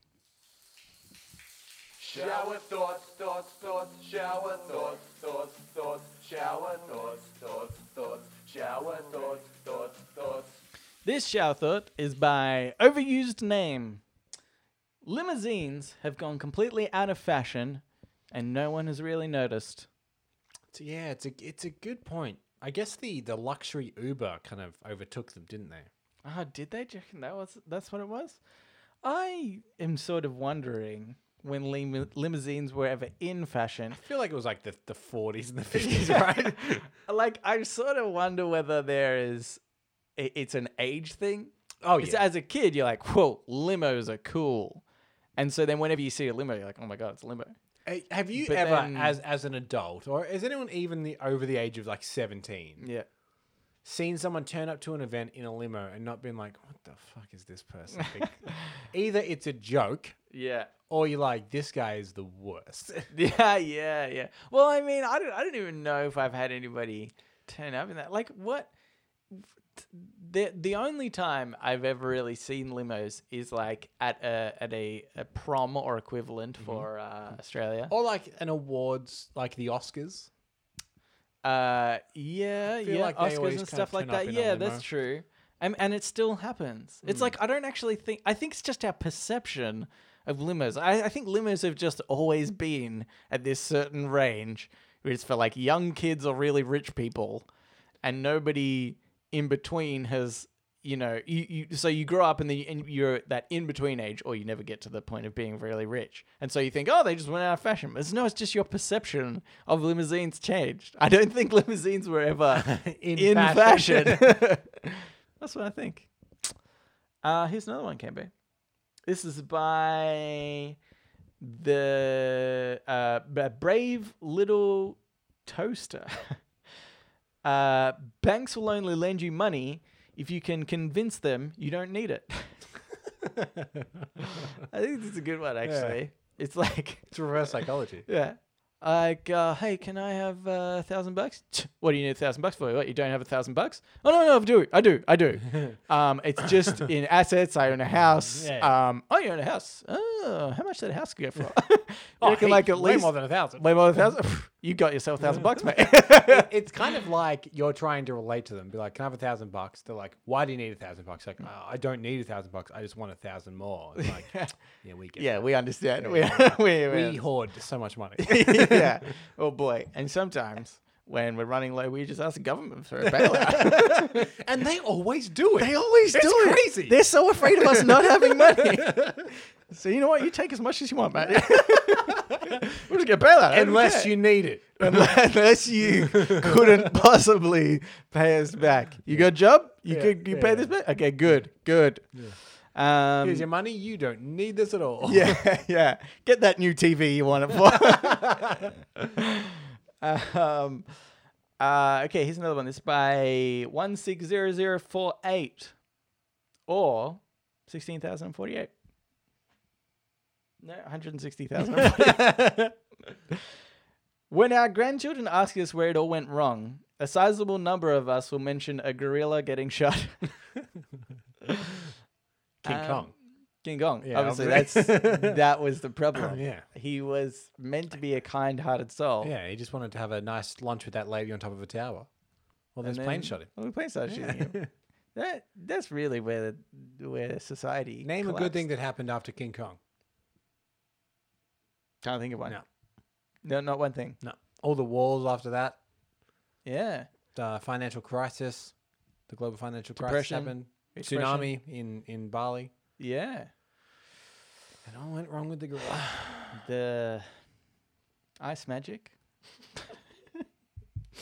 Shower thoughts, thoughts, thoughts, shower thoughts, thoughts, thoughts, shower thoughts, thoughts, thoughts, shower thoughts, thoughts, thoughts. This shower thought is by overused name. Limousines have gone completely out of fashion, and no one has really noticed. So yeah, it's a it's a good point. I guess the the luxury Uber kind of overtook them, didn't they? Ah, did they? Do you reckon that was that's what it was? I am sort of wondering when lim- limousines were ever in fashion. I feel like it was like the the forties and the fifties, right? like I sort of wonder whether there is i- it's an age thing. Oh It's- yeah, As a kid, you're like, "Whoa, limos are cool," and so then whenever you see a limo, you're like, "Oh my god, it's a limo." Uh, have you but ever, then- as as an adult, or is anyone even the over the age of like seventeen, Yeah. seen someone turn up to an event in a limo and not been like, "What the fuck is this person?" think?" Either it's a joke, Yeah. or you're like, "This guy is the worst." Yeah, yeah, yeah. Well, I mean, I don't, I don't even know if I've had anybody turn up in that. Like, what? the the only time I've ever really seen limos is like at a at a, a prom or equivalent Mm-hmm. for uh, Australia. Or like an awards, like the Oscars. Uh, yeah, feel yeah, like they Oscars always and kind stuff of like turn up that. in a Yeah, that's limo. true. And and it still happens. It's like I don't actually think. I think it's just our perception of limos. I, I think limos have just always been at this certain range, where it's for like young kids or really rich people, and nobody in between has. You know, you, you so you grow up and then you, and you're at that in between age, or you never get to the point of being really rich, and so you think, oh, they just went out of fashion. But it's, no, it's just your perception of limousines changed. I don't think limousines were ever In, in fashion. That's what I think. Uh, here's another one, Cambe. This is by the uh, B- brave little toaster. uh, banks will only lend you money if you can convince them you don't need it. I think this is a good one, actually. It's like It's reverse psychology. yeah. Like, uh, hey, can I have uh, a thousand bucks? "Tch, What do you need a thousand bucks for? What, you don't have a thousand bucks? Oh no, no, I do, I do, I do. um, it's just in assets. I own a house. Yeah. Um, oh, you own a house. Oh, how much did a house go for? Oh, oh, hey, like at way least more than a thousand. way more than a thousand. you got yourself a thousand bucks, mate. It- it's kind of like you're trying to relate to them. Be like, can I have a thousand bucks? They're like, why do you need a thousand bucks? Like, "Oh, I don't need a thousand bucks. I just want a thousand more. It's like, yeah, we get yeah, we understand. we, we, that. We hoard so much money. yeah. Oh boy. And sometimes when we're running low, we just ask the government for a bailout. and they always do it. They always It's do it. crazy. They're so afraid of us not having money. so you know what? You take as much as you want, mate. we'll just get bailout. I don't Unless care. you need it. unless you couldn't possibly pay us back. You got a job? You Yeah, could you yeah, pay this back? Okay, good, good. Um, Here's your money. You don't need this at all. yeah, yeah. Get that new TV you want it for. um, uh, okay, here's another one. This is by one six zero zero four eight, or sixteen thousand and forty eight. No, one hundred and sixty thousand. when our grandchildren ask us where it all went wrong, a sizable number of us will mention a gorilla getting shot. King Um, Kong. King Kong. Yeah, obviously, obviously. that's that was the problem. Yeah. he was meant to be a kind-hearted soul. Yeah, he just wanted to have a nice lunch with that lady on top of a tower. and Well, there's plane shot him. Well, the plane started shooting him. That that's really where the, where society. Name a good thing collapsed. that happened after King Kong. Can't think of one. No. no, not one thing. No. All the wars after that, Yeah, the financial crisis, the global financial Depression, crisis happened, expression. tsunami in, in Bali. yeah. It all went wrong with the gorilla. The ice magic.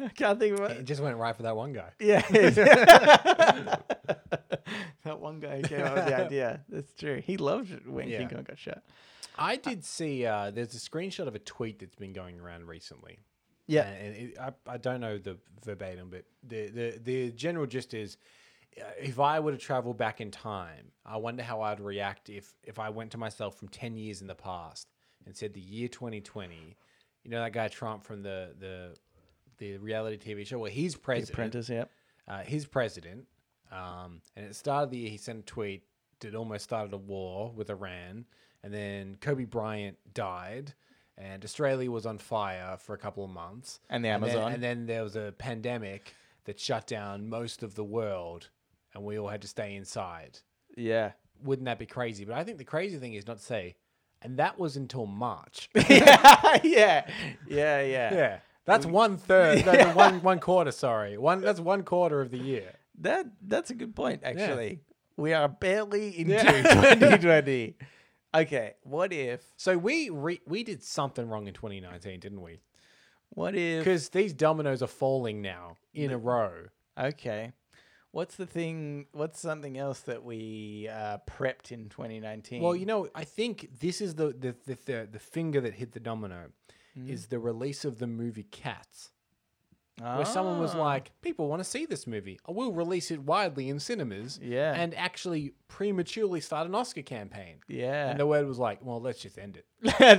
I can't think of it it. just went right for that one guy. Yeah. that one guy who came up with the idea. That's true. He loved it when Yeah. King Kong got shot. I did see uh, there's a screenshot of a tweet that's been going around recently. Yeah. and it, I, I don't know the verbatim, but the the the general gist is, uh, if I were to travel back in time, I wonder how I'd react if if I went to myself from ten years in the past and said the year 2020, you know that guy Trump from the the the reality TV show, well he's president, Apprentice, yep. uh, his president, um, and at the start of the year, he sent a tweet that almost started a war with Iran. And then Kobe Bryant died, and Australia was on fire for a couple of months. And the then- Amazon. and then there was a pandemic that shut down most of the world, and we all had to stay inside. Yeah. Wouldn't that be crazy? But I think the crazy thing is not to say, and that was until March. yeah, yeah, yeah, yeah. Mm. yeah. That's one third, no, no, one one quarter. Sorry, one. That's one quarter of the year. That that's a good point, actually. We are barely into Yeah. 2020. Okay, what if? So we re- we did something wrong in 2019, didn't we? What if? Because these dominoes are falling now in a row. Okay, what's the thing? What's something else that we uh, prepped in 2019? Well, you know, I think this is the the the, the, the finger that hit the domino Mm. is the release of the movie Cats, where someone was Ah, like, "People want to see this movie. I will release it widely in cinemas." Yeah. and actually prematurely start an Oscar campaign. yeah, And the word was like, "Well, let's just end it.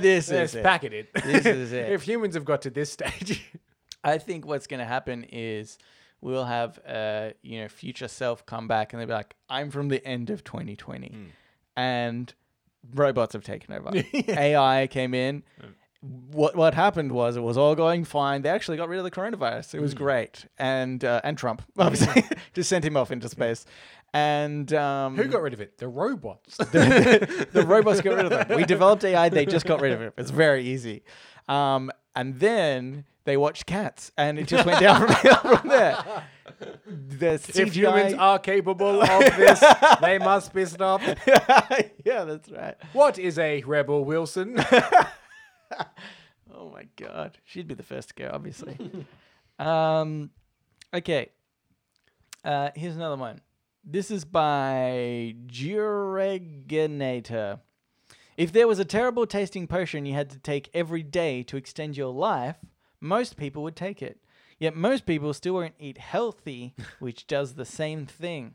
this Let's is it. packet it. This is it. if humans have got to this stage." I think what's going to happen is we'll have uh, you know future self come back and they'll be like, I'm from the end of 2020, Hmm. and robots have taken over. AI came in. What what happened was it was all going fine. They actually got rid of the coronavirus. Hmm. It was great, and uh, and Trump obviously just sent him off into space. And um, Who got rid of it? The robots. the robots got rid of them. We developed AI, they just got rid of it. It's very easy. Um, and then they watched cats, and it just went down from, from there. The if humans CGI are capable of this, they must be stopped. yeah, that's right. What is a rebel, Wilson? Oh my god, she'd be the first to go, obviously. um, okay. Uh, here's another one. This is by Jureginator. If there was a terrible tasting potion you had to take every day to extend your life, most people would take it. Yet most people still won't eat healthy, which does the same thing.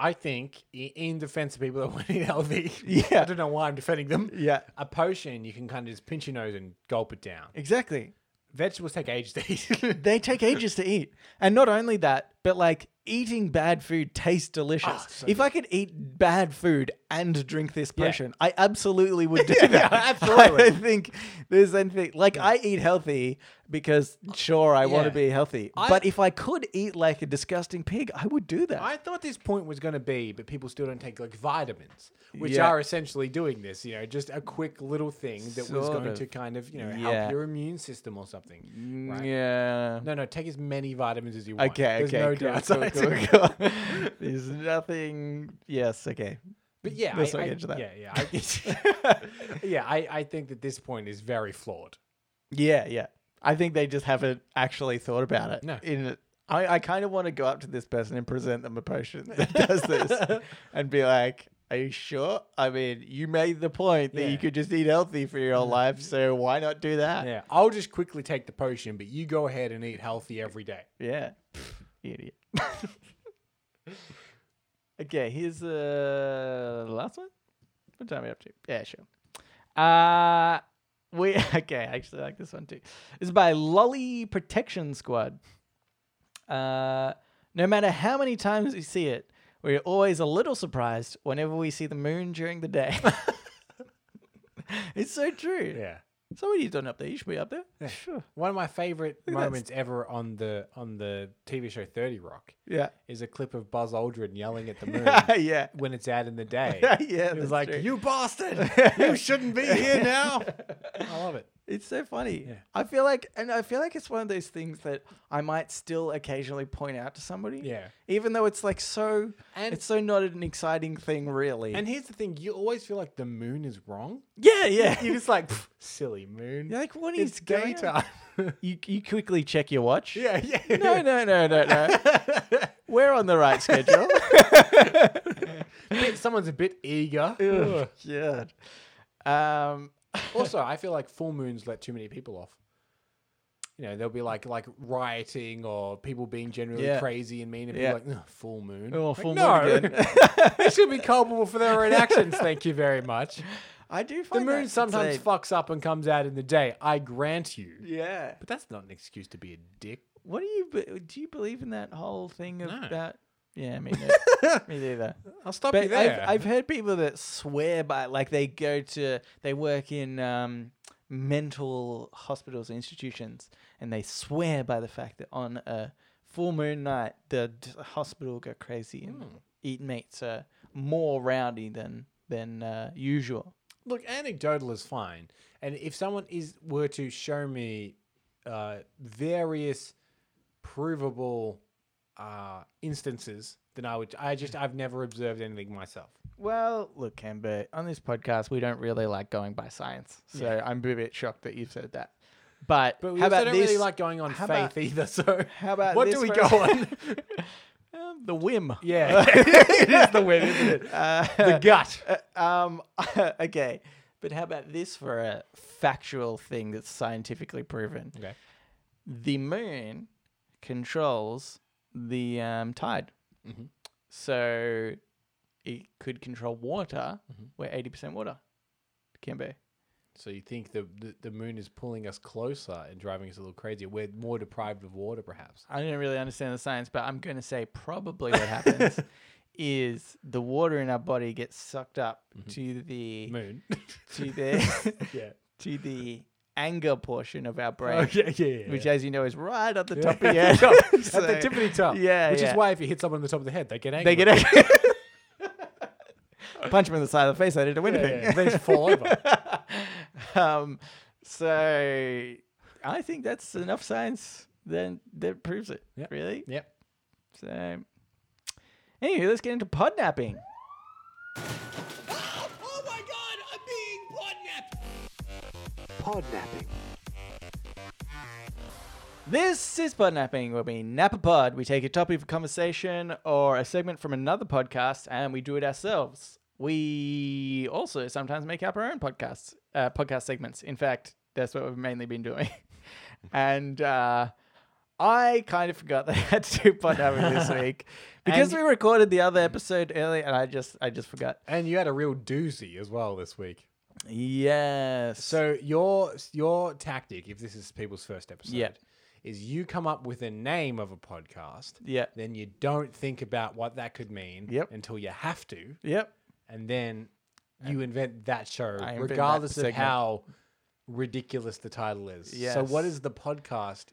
I think, i- in defense of people that want to eat healthy, Yeah. I don't know why I'm defending them. Yeah. A potion, you can kind of just pinch your nose and gulp it down. Exactly. Vegetables take ages to eat. they take ages to eat. And not only that, but like eating bad food tastes delicious. Ah, if I could eat bad food and drink this potion, I absolutely would do that. absolutely. I don't think there's anything like I eat healthy because sure I want Yeah. to be healthy. I- but if I could eat like a disgusting pig, I would do that. I thought this point was going to be, but people still don't take like vitamins, which Yeah. are essentially doing this, you know, just a quick little thing that was Sort going of. to kind of, you know, Yeah. Mm, help your immune system or something. Right? Yeah. No, no, take as many vitamins as you want. Okay, There's okay. no cool, downside cool, to it. cool, cool. There's nothing yes, okay. But yeah, Let's I, not I- get into that. yeah, yeah, I, yeah. I, I think that this point is very flawed. Yeah, yeah. I think they just haven't actually thought about it. No. In I, I kind of want to go up to this person and present them a potion that does this and be like, Are you sure? I mean, you made the point that Yeah. you could just eat healthy for your whole life, so why not do that? Yeah, I'll just quickly take the potion, but you go ahead and eat healthy every day. Yeah. Idiot. okay, here's uh, the last one. What time are we up to? Yeah, sure. Uh we okay, I actually like this one too. This is by Lolly Protection Squad. Uh no matter how many times we see it, we're always a little surprised whenever we see the moon during the day. it's so true. Yeah. So what are you doing up there? You should be up there. Sure. One of my favorite at that. moments ever on the on the TV show Thirty Rock Yeah. is a clip of Buzz Aldrin yelling at the moon yeah. when it's out in the day. yeah. It that's was like, true. "You bastard! you shouldn't be here now." I love it. It's so funny. I feel like, and I feel like it's one of those things that I might still occasionally point out to somebody. Yeah. Even though it's like so, And- it's so not an exciting thing, really. And here's the thing: you always feel like the moon is wrong. yeah, yeah. You're just like, "Pff, "Silly moon." You're like, what is it's going on? daytime. You, you quickly check your watch. yeah, yeah. No, no, no, no, no. We're on the right schedule. Bit- someone's a bit eager. Ugh. God. Um, also, I feel like full moons let too many people off. You know, there'll be like like rioting or people being generally Yeah. crazy and mean, and Yeah. people like, "Ugh, full moon. oh, Like, full no, moon again. they should be culpable for their own actions. Thank you very much. I do The find that moon sometimes insane. fucks up and comes out in the day. I grant you, yeah. but that's not an excuse to be a dick. What do you be- do? You believe in that whole thing of No. that? Yeah, me neither. me neither. I'll stop you But I've, there. I've heard people that swear by like they go to they work in um, mental hospitals and institutions and they swear by the fact that on a full moon night the d- hospital go crazy and eat mates are more rowdy than than uh, usual. Look, anecdotal is fine, and if someone is were to show me uh, various provable uh, instances, then I would. I just I've never observed anything myself. Well, look, Camber, on this podcast we don't really like going by science, so I'm a bit shocked that you've said that. But, But we how also about don't this? really like going on how faith about- either. So how about what this do we for- go on? Um, the whim. yeah, it is the win, isn't it? Uh, the gut. Um, okay. But how about this for a factual thing that's scientifically proven? Okay. The moon controls the um, tide. Mhm. So it could control water. We're 80% water. Can be. So you think the, the the moon is pulling us closer and driving us a little crazier? We're more deprived of water, perhaps. I don't really understand the science, but I'm going to say probably what happens is the water in our body gets sucked up to the Moon. to the yeah. to the anger portion of our brain, Oh, yeah, yeah, yeah. which, yeah. as you know, is right at the top Yeah. of your head. At the tippity top. Yeah, Which yeah. is why if you hit someone on the top of the head, they get angry. they get angry. Punch him in the side of the face. I didn't do Yeah, anything. yeah, yeah. They just fall over. um, so I think that's enough science then that proves it. Yep. Really? Yep. So anyway, let's get into podnapping. Oh my god, I'm being podnapped! This is podnapping, where we nap a pod. We take a topic of conversation or a segment from another podcast, and we do it ourselves. We also sometimes make up our own podcasts, uh, podcast segments. In fact, that's what we've mainly been doing. and uh, I kind of forgot that I had to do podnapping this week because And- we recorded the other episode early, and I just I just forgot. And you had a real doozy as well this week. Yes. So your your tactic, if this is people's first episode, Yeah. is you come up with a name of a podcast. Yeah. Then you don't think about what that could mean Yep. until you have to, yep. and then you invent that show, invent that regardless of segment. how ridiculous the title is. So what Yes. is the podcast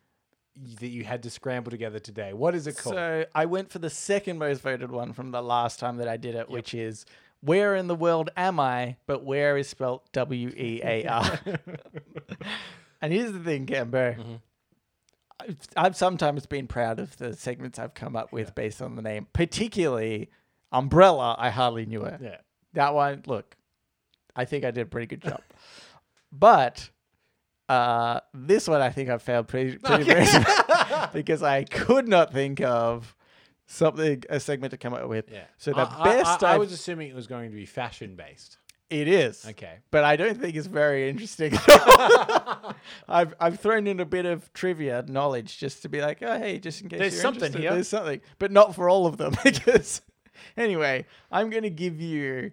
y- that you had to scramble together today? What is it called? So I went for the second most voted one from the last time that I did it, which is Where in the World Am I? But Where is spelt W E A R. And here's the thing, Cambo. I've, I've sometimes been proud of the segments I've come up with based on the name, particularly Umbrella. I hardly knew it. yeah. That one, look, I think I did a pretty good job. but uh, this one, I think I failed pretty, pretty bad because I could not think of something a segment to come up with. Yeah. So the I- I- best I, I I've- was assuming it was going to be fashion based. It is Okay. but I don't think it's very interesting. I've I've thrown in a bit of trivia knowledge just to be like, oh hey, just in case There's you're something interested, here." There's something, but not for all of them because anyway, I'm gonna give you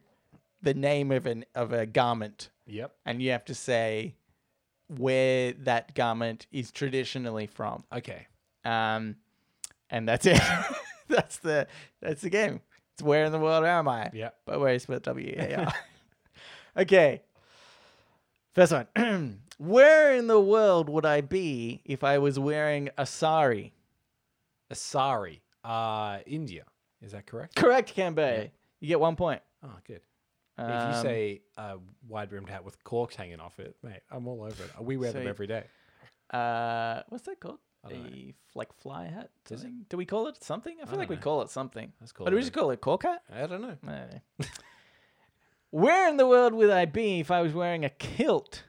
the name of an of a garment, Yep. and you have to say where that garment is traditionally from. Okay. Um, and that's it. that's the that's the game. It's where in the world am I? Yep. But where is spelled W E A R? Okay. First one. where in the world would I be if I was wearing a sari? Asari, uh, India. Is that correct? Correct, Cambe. You get one point. Oh, good. if you Um, say a wide rimmed hat with corks hanging off it, mate, I'm all over it. We wear them So- every day. uh, what's that called? A don't know. f- like fly hat? something? Do we call it something? I feel like we know. call it something. Let's call But do it we just call it cork hat? I don't know. I don't know. Where in the world would I be if I was wearing a kilt?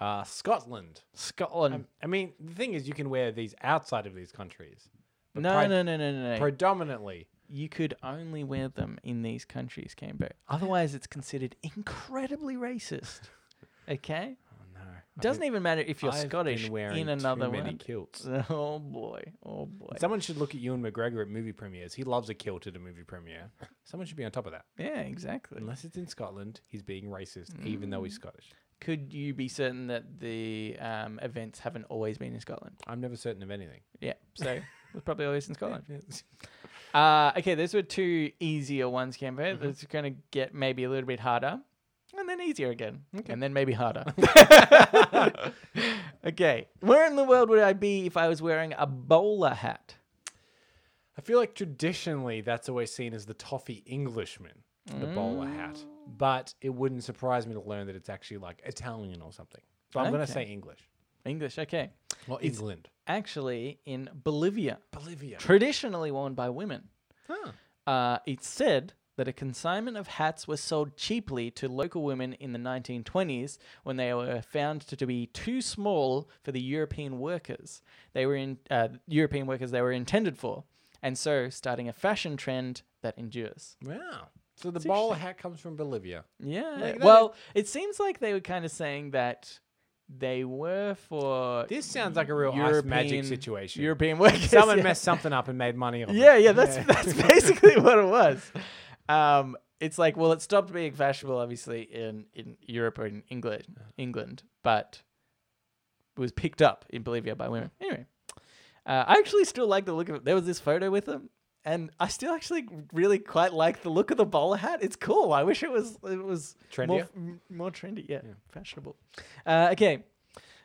Uh, Scotland. Scotland. Um, I mean, the thing is, you can wear these outside of these countries. but no, pri- no, no, no, no, no. Predominantly. you could only wear them in these countries, Cambo. Otherwise, it's considered incredibly racist. Okay? Oh, no. I've Doesn't been- even matter if you're I've been Scottish wearing in another too many one. kilts. Oh boy. Oh boy. Someone should look at Ewan McGregor at movie premieres. He loves a kilt at a movie premiere. Someone should be on top of that. yeah, exactly. Unless it's in Scotland, he's being racist, even though he's Scottish. Could you be certain that the um, events haven't always been in Scotland? I'm never certain of anything. Yeah. So it was probably always in Scotland. Uh, okay, those were two easier ones, Cambo. That's going to get maybe a little bit harder and then easier again. And then maybe harder. okay, where in the world would I be if I was wearing a bowler hat? I feel like traditionally that's always seen as the toffee Englishman, the bowler hat. But it wouldn't surprise me to learn that it's actually like Italian or something. But I'm going to Okay. say English English, okay. or England, Actually, in Bolivia, Bolivia. traditionally worn by women, Huh. uh, it's said that a consignment of hats was sold cheaply to local women in the 1920s when they were found to be too small for the European workers they were in uh, European workers they were intended for, and so starting a fashion trend that endures. Wow. So the bowler hat comes from Bolivia. Yeah. Like, that well, it seems like they were kind of saying that they were for This sounds like a real ice magic European- situation. European workers. Someone yeah. messed something up and made money off it. Yeah, yeah, that's that's basically what it was. Um, it's like, well, it stopped being fashionable, obviously, in, in Europe or in England, England, but it was picked up in Bolivia by women. Anyway, uh, I actually still like the look of it. There was this photo with them, and I still actually really quite like the look of the bowler hat. It's cool. I wish it was it was more, Trendier? f- m- more trendy. Yeah, fashionable. Uh, okay,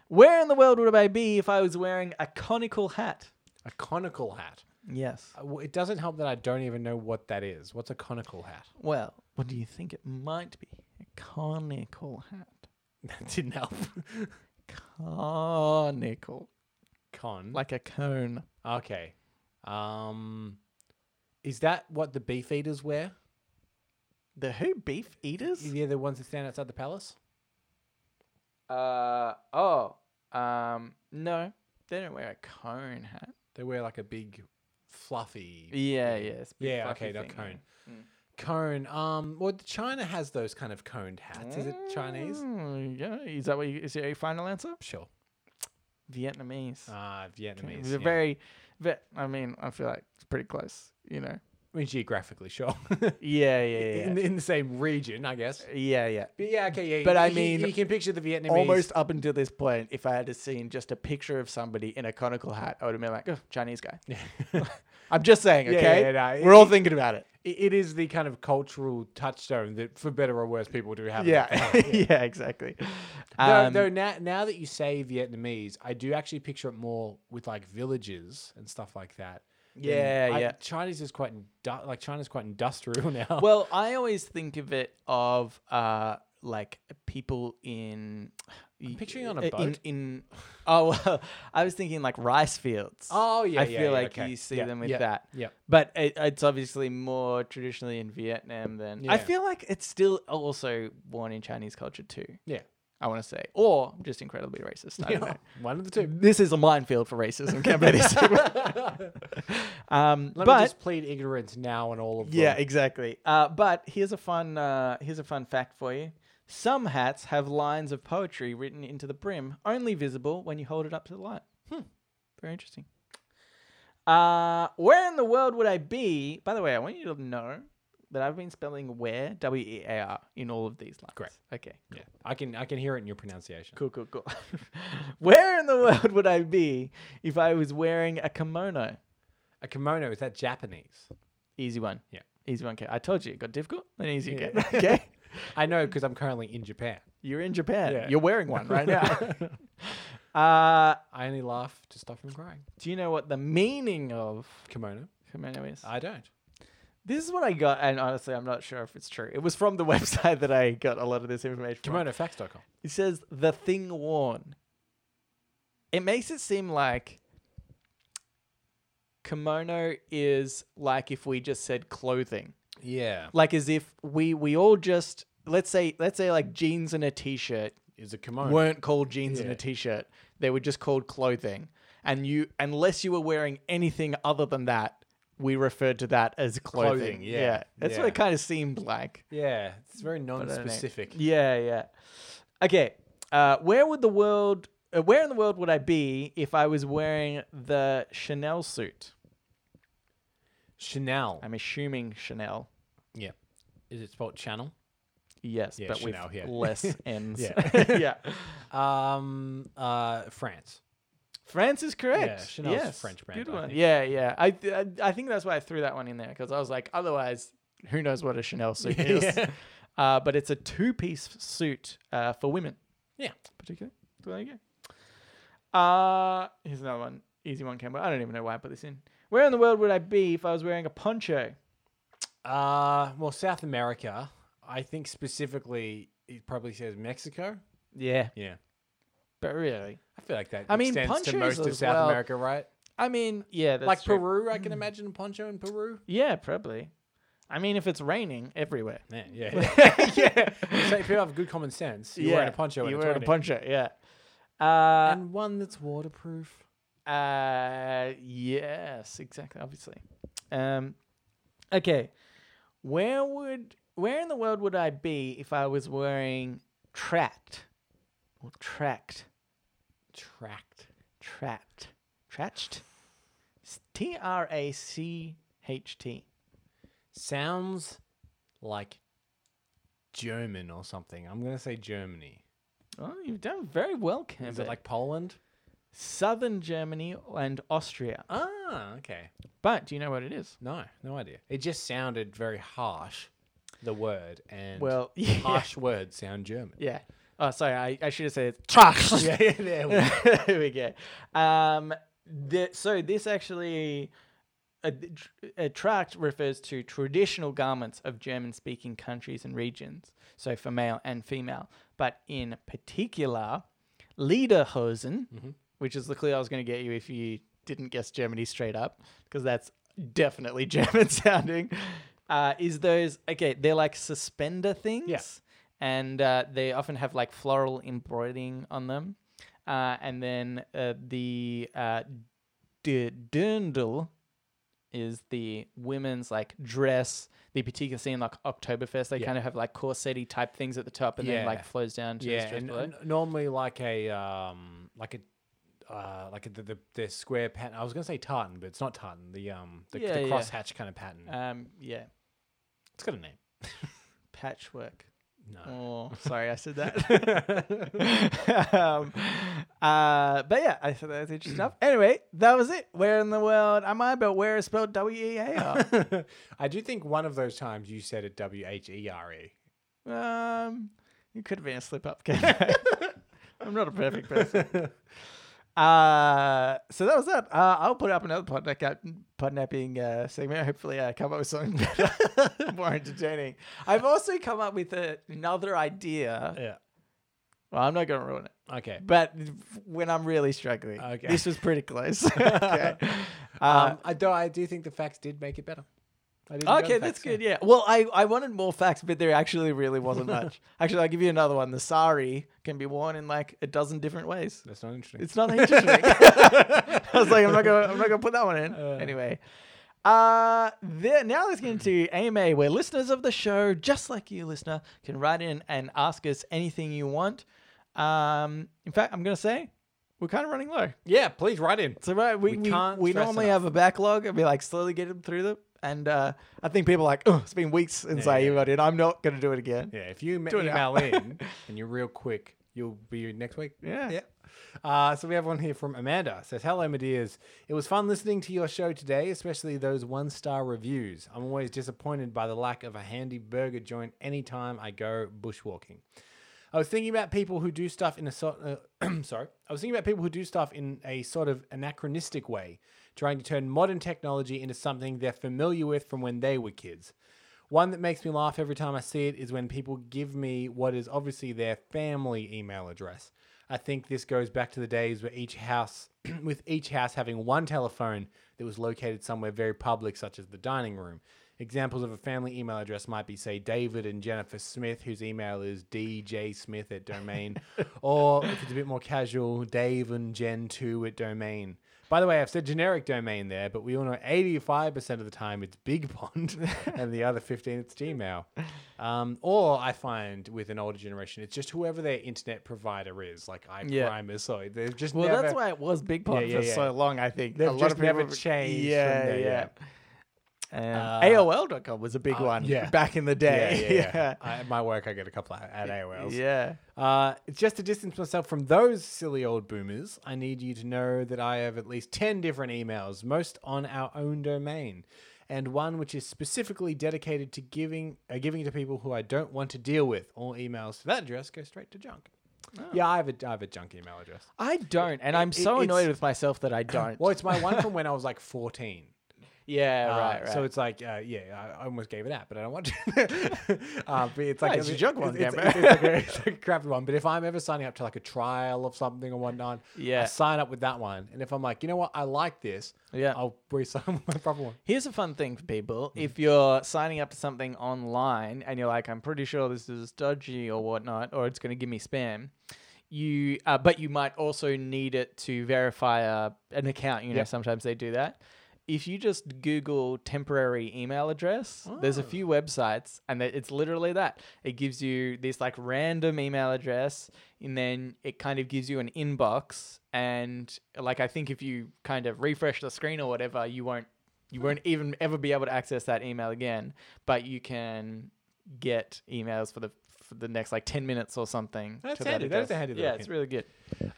where in the world would I be if I was wearing a conical hat? A conical hat. Yes. Uh, w- It doesn't help that I don't even know what that is. What's a conical hat? Well, what do you think it might be? A conical hat. That didn't help. Conical, Con. like a cone. okay. Um, is that what the beef eaters wear? The who beef eaters? Yeah, the ones that stand outside the palace. Uh oh. Um no. They don't wear a cone hat. They wear like a big, fluffy. Yeah, yeah. It's a big Yeah, Mm. fluffy okay, not thing, cone. Cone. Um, well, China has those kind of coned hats. Is it Chinese? Mm, yeah. Is that what you is your final answer? Sure. Vietnamese. Ah, Vietnamese. It's a yeah. very ve- I mean, I feel like it's pretty close, you know. I mean, geographically, sure. Yeah, yeah, yeah. in, in the same region, I guess. yeah, yeah. But yeah, okay, yeah. But I you can- mean, you can picture the Vietnamese. Almost up until this point, if I had seen just a picture of somebody in a conical hat, I would have been like, oh, Chinese guy. I'm just saying, yeah, okay? yeah, no, We're all thinking about it. It- it is the kind of cultural touchstone that, for better or worse, people do have. in their Yeah, yeah, exactly. Though, Um, though now, now that you say Vietnamese, I do actually picture it more with like villages and stuff like that. than- Yeah, I- yeah. Chinese is quite indu- like China's quite industrial now. Well, I always think of it of uh, like people in. I'm picturing on a In, boat. in oh, well, I was thinking like rice fields. Oh, yeah, I yeah, feel yeah, like okay. you see Yeah, them with yeah, that. yeah. But it, it's obviously more traditionally in Vietnam than I Yeah. feel like it's still also worn in Chinese culture too. yeah, I want to say, or I'm just incredibly racist. I don't know. one of the two. This is a minefield for racism. Cambodia. um, Let but me just plead ignorance now on all of them. yeah, exactly. Uh, but here's a fun uh, here's a fun fact for you. Some hats have lines of poetry written into the brim, only visible when you hold it up to the light. Hmm. Very interesting. Uh, where in the world would I be? By the way, I want you to know that I've been spelling where W E A R in all of these lines. Great. Okay. cool. Yeah. I can I can hear it in your pronunciation. Cool, cool, cool. where in the world would I be if I was wearing a kimono? A kimono is that Japanese? Easy one. Yeah. Easy one. Okay. I told you it got difficult. Then easy again. Yeah. Okay. I know because I'm currently in Japan. You're in Japan. Yeah. You're wearing one right now. uh, I only laugh to stop from crying. do you know what the meaning of Kimono? kimono is? I don't. this is what I got, and honestly, I'm not sure if it's true. It was from the website that I got a lot of this information from. Kimonofacts.com. It says the thing worn. It makes it seem like kimono is like if we just said clothing. Yeah, Like as if we we all just let's say let's say like jeans and a t-shirt is a kimono. weren't called jeans and a Yeah. t-shirt. They were just called clothing. And you unless you were wearing anything other than that, we referred to that as clothing. Clothing, yeah, That's what yeah. it kind of seemed like. Yeah, it's very I don't know. non-specific. Yeah, yeah. Okay. Uh, where would the world uh, where in the world would I be if I was wearing the Chanel suit? Chanel. I'm assuming Chanel. Yeah. Is it spelled channel? Yes, Yeah, but Chanel, with yeah. less ends. Yeah. yeah. Um, uh, France. France is correct. Yeah, Chanel's yes. French brand, Good I one. think. Yeah, yeah. I, th- I I think that's why I threw that one in there because I was like, otherwise, who knows what a Chanel suit is? Yeah. Uh, but it's a two-piece suit uh, for women, Yeah. particularly. So there you go. Uh, here's another one, easy one, Campbell. I don't even know why I put this in. Where in the world would I be if I was wearing a poncho? Uh, well, South America. I think specifically, it probably says Mexico. Yeah, Yeah. but really, I feel like that I mean, extends to ponchos most of as South well. America, right? I mean, yeah, that's like true. Peru, I can imagine a poncho in Peru. Yeah, probably. I mean, if it's raining everywhere. Yeah, yeah. yeah. So if you have good common sense, you're wearing a poncho. when You're it's wearing a raining. poncho. Yeah. Uh, and one that's waterproof. Uh, yes, exactly. Obviously. Um, okay. Where would where in the world would I be if I was wearing tract or tract Tracked. tract tract T R A C H T. Sounds like German or something. I'm gonna say Germany. Oh, you've done very well, Campbell. Is it like Poland? southern Germany and Austria? Ah, okay. But do you know what it is? No, no idea. It just sounded very harsh, the word, and Well, yeah. harsh words sound German. Yeah. Oh, sorry. I, I should have said yeah, yeah, there we go. there we go. Um, the, so this actually, a, a tract refers to traditional garments of German-speaking countries and regions, so for male and female. But in particular, lederhosen, which is the clue I was going to get you if you didn't guess Germany straight up, because that's definitely German-sounding. Uh, is those okay? They're like suspender things, and uh, they often have like floral embroidering on them. Uh, and then uh, the uh, d- dirndl is the women's like dress. The particular scene, like Oktoberfest, they kind of have like corsetti type things at the top, and then Yeah. like flows down to yeah, the dress and below. n- normally like a um, like a uh, like a, the, the the square pattern. I was gonna say tartan, but it's not tartan. The um, the, Yeah, the yeah. crosshatch kind of pattern. um, yeah, it's got a name. patchwork. No. Oh, sorry, I said that. um, uh, but yeah, I thought that was interesting stuff. Anyway, that was it. Where in the world am I? But where is spelled W E A R? I do think one of those times you said it W H E R E. Um, it could have been a slip up. Kev. I'm not a perfect person. Uh, so that was that. Uh, I'll put up another podnap, podnapping uh, segment. Hopefully, I come up with something better, more entertaining. I've also come up with a, another idea. Yeah. Well, I'm not going to ruin it, Okay. but when I'm really struggling, Okay. this was pretty close. okay. Uh, Um, I do. I do think the facts did make it better. I didn't go Okay, to that's facts, good. Yeah. Well, I, I wanted more facts, but there actually really wasn't much. actually, I'll give you another one. The sari can be worn in like a dozen different ways. That's not interesting. It's not interesting. I was like, I'm not gonna I'm not gonna put that one in. anyway. Uh, there, now let's get into AMA, where listeners of the show, just like you, listener, can write in and ask us anything you want. Um, in fact, I'm gonna say we're kind of running low. yeah, please write in. So right, we We we, can't we stress normally enough. have a backlog and we like slowly get them through them. And uh, I think people are like, oh, it's been weeks since I yeah. emailed in. I'm not gonna do it again. Yeah, if you ma- it now. email in and you're real quick, you'll be here next week. Yeah. Yeah. Uh, so we have one here from Amanda. It says, "Hello, my dears. It was fun listening to your show today, especially those one-star reviews. I'm always disappointed by the lack of a handy burger joint anytime I go bushwalking. I was thinking about people who do stuff in a sort. Uh, sorry, I was thinking about people who do stuff in a sort of anachronistic way, trying to turn modern technology into something they're familiar with from when they were kids." One that makes me laugh every time I see it is when people give me what is obviously their family email address. I think this goes back to the days where each house, with each house having one telephone that was located somewhere very public, such as the dining room. Examples of a family email address might be, say, David and Jennifer Smith, whose email is djsmith at domain, or if it's a bit more casual, Dave and Jen2 at domain. By the way, I've said generic domain there, but we all know 85% of the time it's Big Pond and the other 15 it's Gmail. Um, or I find with an older generation, it's just whoever their internet provider is, like Yeah. iPrimus. So they've just Well, never, that's why it was Big Pond Yeah, yeah, for yeah. so long. I think They've a lot just of people never have- changed from Yeah, there, yeah. yeah. Um, uh, Uh, AOL.com was a big one yeah. back in the Yeah, day. yeah, yeah. I, at my work, I get a couple at- at AOLs. Yeah. Uh, it's just to distance myself from those silly old boomers. I need you to know that I have at least 10 different emails, most on our own domain, and one which is specifically dedicated to giving uh, giving to people who I don't want to deal with. All emails to that address go straight to junk. Yeah, I have a I have a junk email address. I don't, and I'm it- so annoyed it's- with myself that I don't. Well, it's my one from when I was like 14. yeah, Uh, right, right. So it's like, uh, yeah, I I almost gave it out, but I don't want to. uh, but it's like Right, it's a junk one, It's, damn it's, it. it's like a, it's like a crappy one. But if I'm ever signing up to like a trial of something or whatnot, Yeah. I sign up with that one. And if I'm like, you know what, I like this, Yeah. I'll resign with my proper one. Here's a fun thing for people. If you're signing up to something online and you're like, I'm pretty sure this is dodgy or whatnot, or it's going to give me spam, you, uh, but you might also need it to verify uh, an account. You know, Yep. sometimes they do that. If you just Google temporary email address, there's a few websites, and that- it's literally that. It gives you this like random email address, and then it kind of gives you an inbox. And like, I think if you kind of refresh the screen or whatever, you won't you won't even ever be able to access that email again, but you can get emails for the for the next like ten minutes or something. That's to that handy. That is address. a handy Yeah, little it's hint. really good.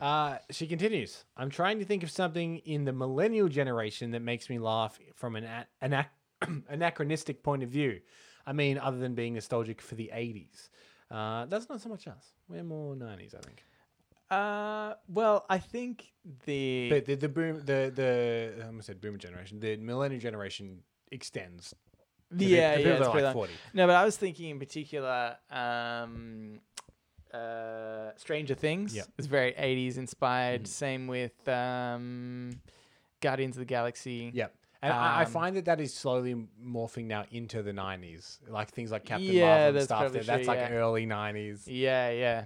Uh, she continues. I'm trying to think of something in the millennial generation that makes me laugh from an a- anac- anachronistic point of view. I mean, other than being nostalgic for the 80s. Uh, that's not so much us. We're more 90s, I think. Uh, well, I think the But the, the boom, the the um, I almost said boomer generation. The millennial generation extends. the yeah, people yeah, it's that are, like, pretty long. 40. No, but I was thinking in particular, um, uh, Stranger Things Yep. is very '80s Mm. inspired. Same with um, Guardians of the Galaxy. Yep. And I, I Um, find that that is slowly morphing now into the 90s. Like things like Captain Yeah, Marvel and that's stuff. probably That, that's true, like yeah. early 90s. Yeah, yeah.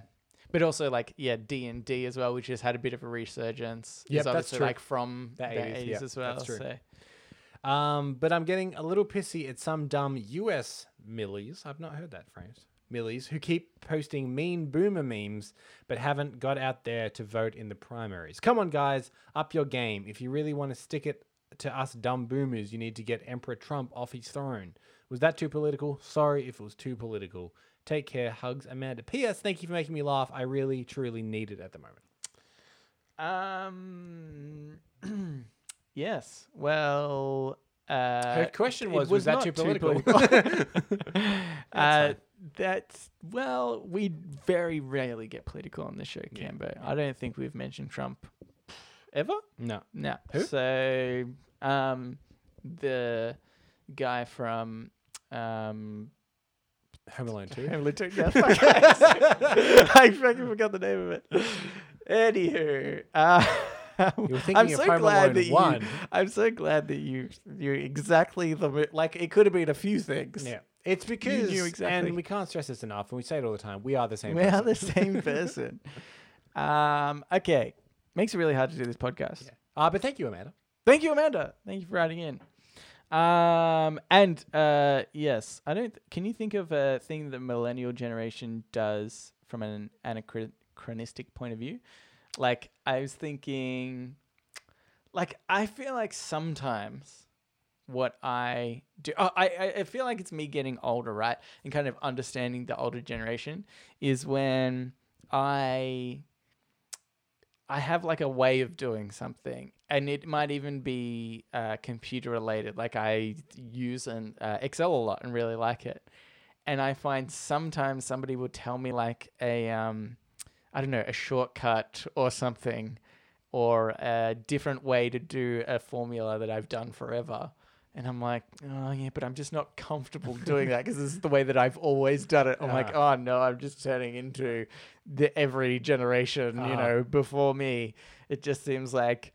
But also like yeah, D and D as well, which has had a bit of a resurgence. It's Yep, that's obviously, true. Like from The the 80s, eighties yeah, as well. that's true. So Um, but I'm getting a little pissy at some dumb US millies. I've not heard that phrase. Millies who keep posting mean boomer memes but haven't got out there to vote in the primaries. Come on, guys, up your game. If you really want to stick it to us dumb boomers, you need to get Emperor Trump off his throne. Was that too political? Sorry if it was too political. Take care. Hugs, Amanda. P.S. Thank you for making me laugh. I really, truly need it at the moment. um Yes. Well uh Her question it was, was that not too political? uh that's well, we very rarely get political on this show, Cambo. I don't think we've mentioned Trump ever. no. No. Who? So, um, the guy from um, Home Alone 2. Emily took that. fuck, I- I fucking forgot the name of it. Anywho, uh, You were I'm thinking of so Home glad Alone that you. 1. I'm so glad that you. You're exactly the mo- like. It could have been a few things. Yeah. It's because, exactly. and we can't stress this enough, and we say it all the time. We are the same. we are person. the same person. um. Okay. Makes it really hard to do this podcast. Uh, but thank you, Amanda. Thank you, Amanda. Thank you for writing in. Um and uh yes, I don't. Can you think of a thing the millennial generation does from an anachronistic point of view? Like I was thinking, like I feel like sometimes what I do, oh, I I- I feel like it's me getting older, right, and kind of understanding the older generation is when I I have like a way of doing something, and it might even be uh, computer related. Like I use an uh, Excel a lot and really like it, and I find sometimes somebody will tell me like a um, I don't know a shortcut or something, or a different way to do a formula that I've done forever. And I'm like, oh yeah, but I'm just not comfortable doing that because this is the way that I've always done it. I'm like, oh no, I'm just turning into the every generation, you know, before me. It just seems like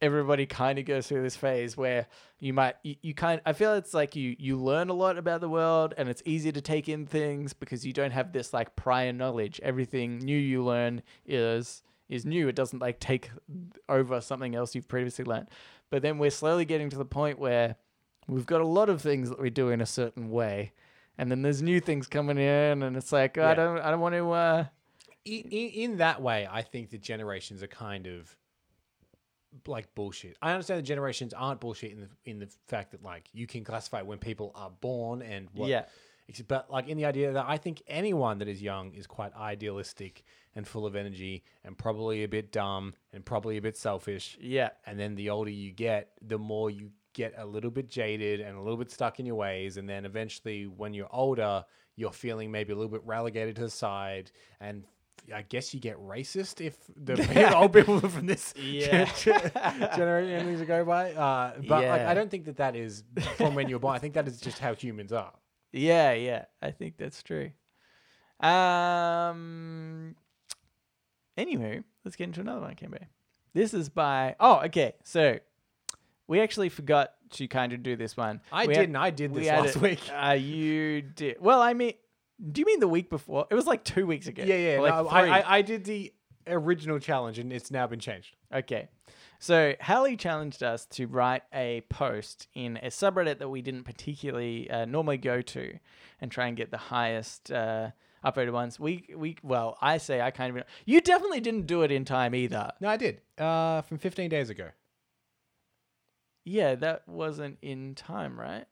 everybody kind of goes through this phase where you might you, you kind I feel it's like you you learn a lot about the world and it's easy to take in things because you don't have this like prior knowledge. Everything new you learn is is new. It doesn't like take over something else you've previously learned. But then we're slowly getting to the point where we've got a lot of things that we do in a certain way. And then there's new things coming in and it's like "Oh, I don't I don't want to uh In, in that way, I think the generations are kind of like bullshit. I understand the generations aren't bullshit in the in the fact that like you can classify when people are born and what. Yeah. Ex- But like in the idea that I think anyone that is young is quite idealistic and full of energy and probably a bit dumb and probably a bit selfish. yeah. And then the older you get, the more you get a little bit jaded and a little bit stuck in your ways. And then eventually, when you're older, you're feeling maybe a little bit relegated to the side. And I guess you get racist if the pe- old people from this Yeah. generation things to go by. Uh, but like, Yeah. I don't think that that is from when you're born. I think that is just how humans are. Yeah, yeah. I think that's true. Um anywho, let's get into another one, Kimbe. This is by Oh, okay. So we actually forgot to kind of do this one. I We didn't. I did we this had last it- week. Uh, you did. Well, I mean, do you mean the week before? It was like two weeks ago. Yeah, yeah. Or like no, I, three. I, I did the original challenge and it's now been changed. Okay. So Hallie challenged us to write a post in a subreddit that we didn't particularly uh, normally go to, and try and get the highest uh, upvoted ones. We we well, I say I kind of you definitely didn't do it in time either. No, I did. Uh, from 15 days ago. Yeah, that wasn't in time, right?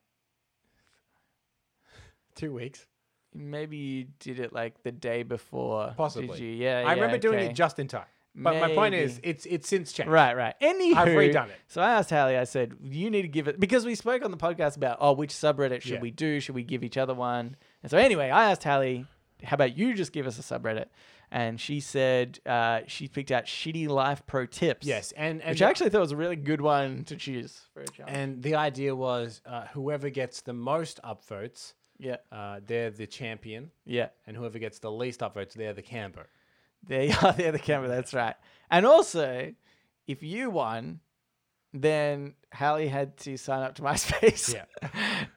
Two weeks. Maybe you did it like the day before. did Possibly. you? Yeah. I remember doing it okay. just in time. But my point Maybe. is, it's it's since changed. Right, right. Anywho, redone it. So I asked Hallie. I said, "You need to give it because we spoke on the podcast about oh, which subreddit should Yeah. we do? Should we give each other one?" And so anyway, I asked Hallie, "How about you just give us a subreddit?" And she said uh, she picked out shitty life pro tips. Yes, and- and which the- I actually thought was a really good one to choose for a challenge. And the idea was uh, whoever gets the most upvotes, yeah, uh, they're the champion, yeah. and whoever gets the least upvotes, they're the cambo. There you are, there the camera. That's right. And also, if you won, then Hallie had to sign up to MySpace. Yeah,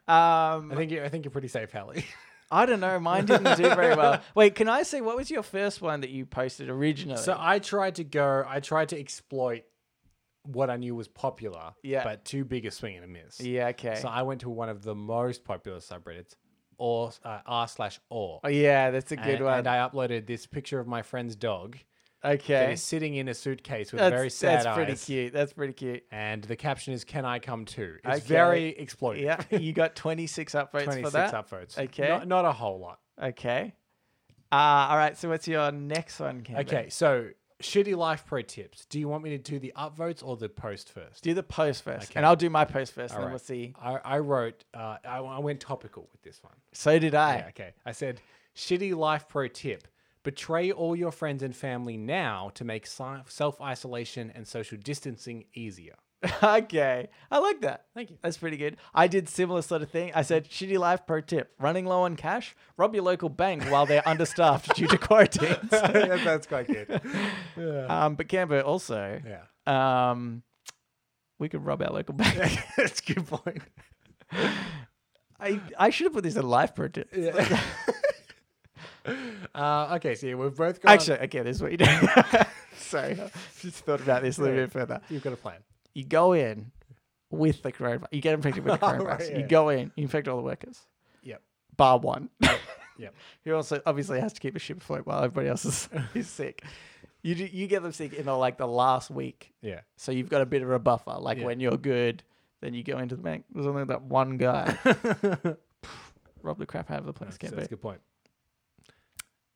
Um, I think you, I think you're pretty safe, Hallie. I don't know. Mine didn't do very well. Wait, can I say what was your first one that you posted originally? so I tried to go. I tried to exploit what I knew was popular. Yeah. but too big a swing and a miss. yeah, okay. So I went to one of the most popular subreddits, or uh, r slash or. oh, yeah, that's a good and, one. and I uploaded this picture of my friend's dog that okay, is sitting in a suitcase with that's very sad that's pretty eyes. cute. That's pretty cute. And the caption is "Can I come too?" It's Okay. very exploitive. Yeah, you got twenty six upvotes twenty for six that. upvotes. Okay. not, not a whole lot. okay. Uh, all right. So what's your next one, Campbell? Okay, so shitty life pro tips. Do you want me to do the upvotes or the post first? Do the post first, Okay. and I'll do my post first, All and then right. we'll see. I, I wrote. Uh, I, I went topical with this one. So did I. Yeah, okay. I said, shitty life pro tip. Betray all your friends and family now to make self isolation and social distancing easier. okay. I like that. Thank you. That's pretty good. I did similar sort of thing. I said, shitty life pro tip. Running low on cash, rob your local bank while they're understaffed due to quarantines. That's quite good. um, but Cambo also, Yeah. um, we could rob our local bank. That's a good point. I, I should have put this in life pro tip. Uh, okay, so yeah, we've both got. Actually, okay, this is what you do. Sorry, I just thought about this a little bit further. you've got a plan. You go in with the coronavirus. You get infected with the All coronavirus. right, yeah. You go in, you infect all the workers, Yep. bar one. Yep. who also obviously has to keep a ship afloat while everybody else is, is sick. You do, you get them sick in the, like the last week, Yeah. so you've got a bit of a buffer. Like Yeah. when you're good, then you go into the bank. There's only that one guy. Rob the crap out of the place. So Can't that's a be. good point.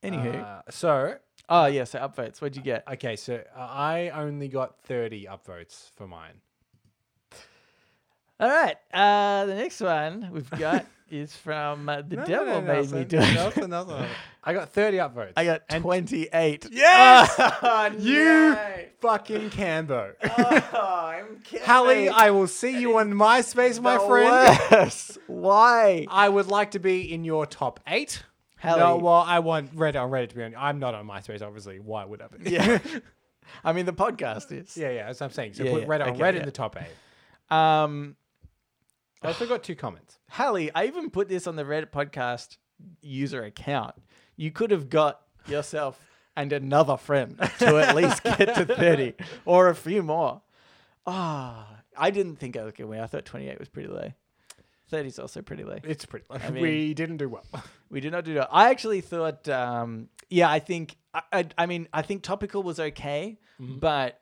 Anywho, Uh, so, oh yeah, so upvotes. What'd you get? okay, so uh, I only got 30 upvotes for mine. All right, uh, the next one we've got is from uh, the devil made me do it. I got 30 upvotes. I got twenty eight. Yes! you. fucking Cambo. I'm kidding. Hallie, I will see you on MySpace, my friend. Yes. Why? I would like to be in your top eight. Hallie. No, well, I want Reddit on Reddit to be on. I'm not on MySpace, obviously. Why would I be? Yeah. I mean, the podcast is. yeah, yeah that's what I'm saying. So Yeah, put yeah. Reddit on Okay, Reddit yeah. in the top eight. Um, I still got two comments. Hallie, I even put this on the Reddit podcast user account. You could have got yourself and another friend to at least get to 30 or a few more. Ah, I didn't think I was going to win. I thought 28 was pretty low. 30 is also pretty low. It's pretty low. mean- we didn't do well. We did not do that. I actually thought, um, yeah, I think, I, I, I mean, I think topical was okay, Mm-hmm. but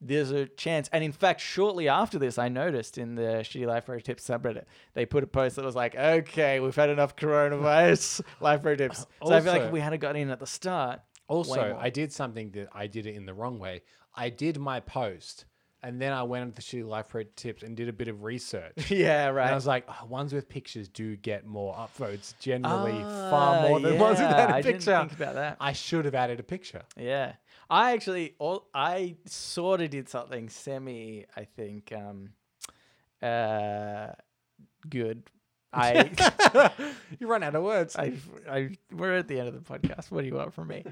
there's a chance. And in fact, shortly after this, I noticed in the Shitty Life Pro Tips subreddit, they put a post that was like, okay, we've had enough coronavirus life pro tips. So I feel like Also- if we had gotten in at the start, way Also, more. I did something that I did it in the wrong way. I did my post and then I went into the Shitty Life Pro Tips and did a bit of research. yeah, And right. I was like, oh, ones with pictures do get more upvotes generally, far more than ones without a Ah, I picture. Didn't think about that. I should have added a picture. Yeah, I actually, all I sort of did something semi, I think, um, uh, good. I, you run out of words. I, I, we're at the end of the podcast. What do you want from me?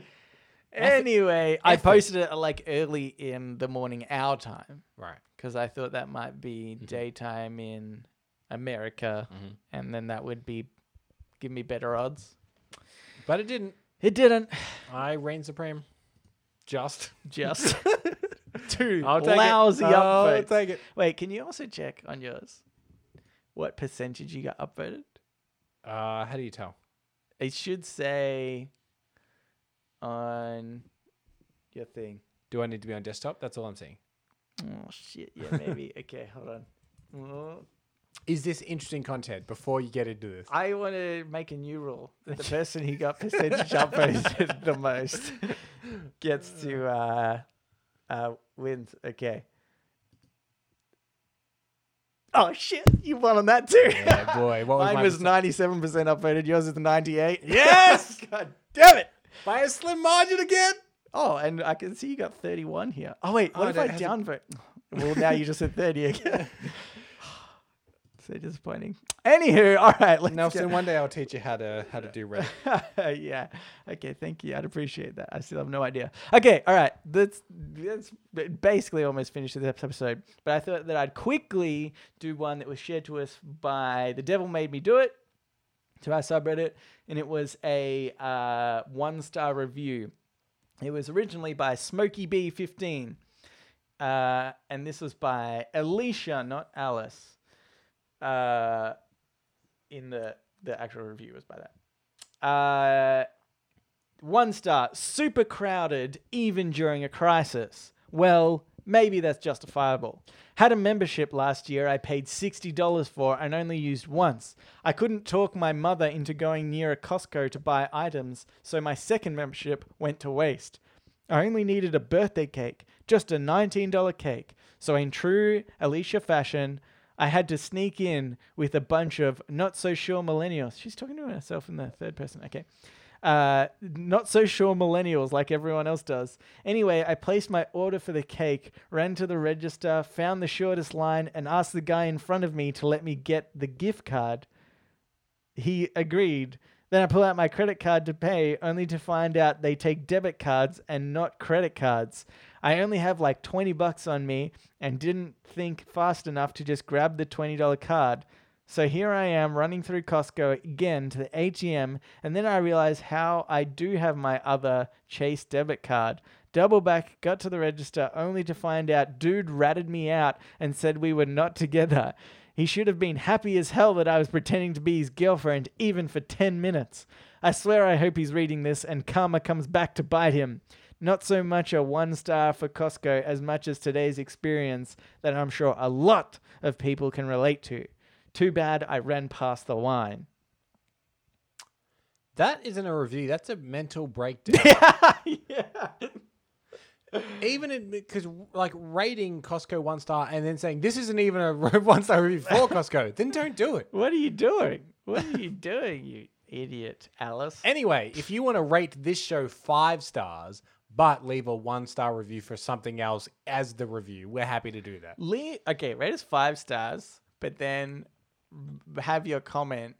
Anyway, I posted it like early in the morning our time right. because I thought that might be Mm-hmm. daytime in America, and then that would be give me better odds. But it didn't. It didn't. I reign supreme. Just. Just two I'll take lousy it. I'll upvotes. take it. Wait, can you also check on yours what percentage you got upvoted? Uh, how do you tell? It should say on your thing. Do I need to be on desktop? That's all I'm seeing. Oh shit! Yeah, maybe. okay, hold on. Oh, Is this interesting content before you get into this? I want to make a new rule that the person who got percentage up voted the most gets to uh, uh, wins. Okay. Oh shit! You won on that too. Yeah, boy, what was Mine my was percent- ninety-seven percent upvoted. Yours is ninety-eight. Yes! God damn it! By a slim margin again. Oh, and I can see you got thirty-one here. Oh wait, Oh, what that if I has a- downvote? Well, now you just said thirty again. so disappointing. Anywho, all right. Let's Nelson, get- one day I'll teach you how to how to do Reddit. yeah. Okay. Thank you. I'd appreciate that. I still have no idea. Okay. All right. That's that's basically almost finished this episode. But I thought that I'd quickly do one that was shared to us by the Devil Made Me Do It to our subreddit, and it was a uh, one star review. It was originally by Smokey B fifteen, uh, and this was by Alicia, not Alice. Uh, in the the actual review was by that. Uh, one star, super crowded even during a crisis. Well, maybe that's justifiable. Had a membership last year I paid $60 for and only used once. I couldn't talk my mother into going near a Costco to buy items, so my second membership went to waste. I only needed a birthday cake, just a $19 cake. So, in true Alicia fashion, I had to sneak in with a bunch of not so sure millennials. She's talking to herself in the third person. Okay. Uh, not so sure millennials like everyone else does. Anyway, I placed my order for the cake, ran to the register, found the shortest line, and asked the guy in front of me to let me get the gift card. He agreed. Then I pull out my credit card to pay, only to find out they take debit cards and not credit cards. I only have like 20 bucks on me and didn't think fast enough to just grab the $20 card. So here I am running through Costco again to the ATM, and then I realize how I do have my other Chase debit card. Double back, got to the register, only to find out dude ratted me out and said we were not together. He should have been happy as hell that I was pretending to be his girlfriend, even for 10 minutes. I swear I hope he's reading this and karma comes back to bite him. Not so much a one star for Costco as much as today's experience that I'm sure a lot of people can relate to. Too bad I ran past the line. That isn't a review. That's a mental breakdown. Even because like rating Costco one star and then saying this isn't even a one star review for Costco, then don't do it. What are you doing? What are you doing, you idiot, Alice? Anyway, if you want to rate this show five stars but leave a one star review for something else as the review, we're happy to do that. Lee, okay, rate us five stars, but then have your comment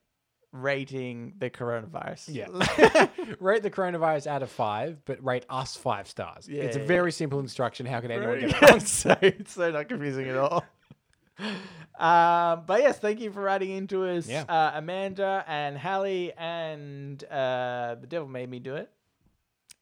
rating the coronavirus. Yeah. rate the coronavirus out of five, but rate us five stars. it's a Yeah. very simple instruction. How can anyone get it? Yeah, it's so it's so not confusing at all. Um, but yes, thank you for writing into us, Yeah. uh, Amanda and Hallie and uh, the Devil Made Me Do It.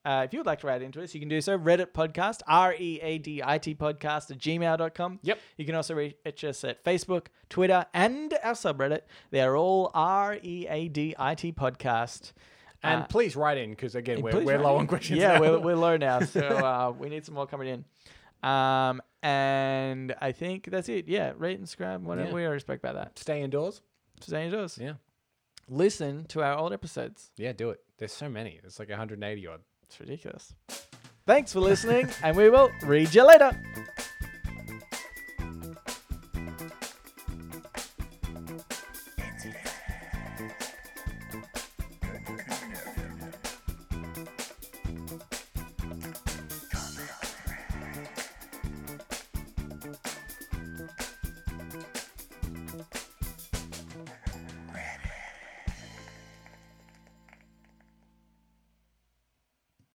Uh, if you would like to write into us, you can do so. Reddit podcast, R E A D I T podcast at gmail.com. Yep. You can also reach us at Facebook, Twitter, and our subreddit. They are all R E A D I T podcast. And Uh, please write in because again, we're, Please we're write low in. on questions. Yeah, now. we're, we're low now, so uh, we need some more coming in. Um, and I think that's it. Yeah, rate and subscribe. Whatever Yeah. we already spoke about that. stay indoors. Stay indoors. Yeah. Listen to our old episodes. Yeah, do it. There's so many. It's like 180 odd. It's ridiculous. Thanks for listening, and we will read you later.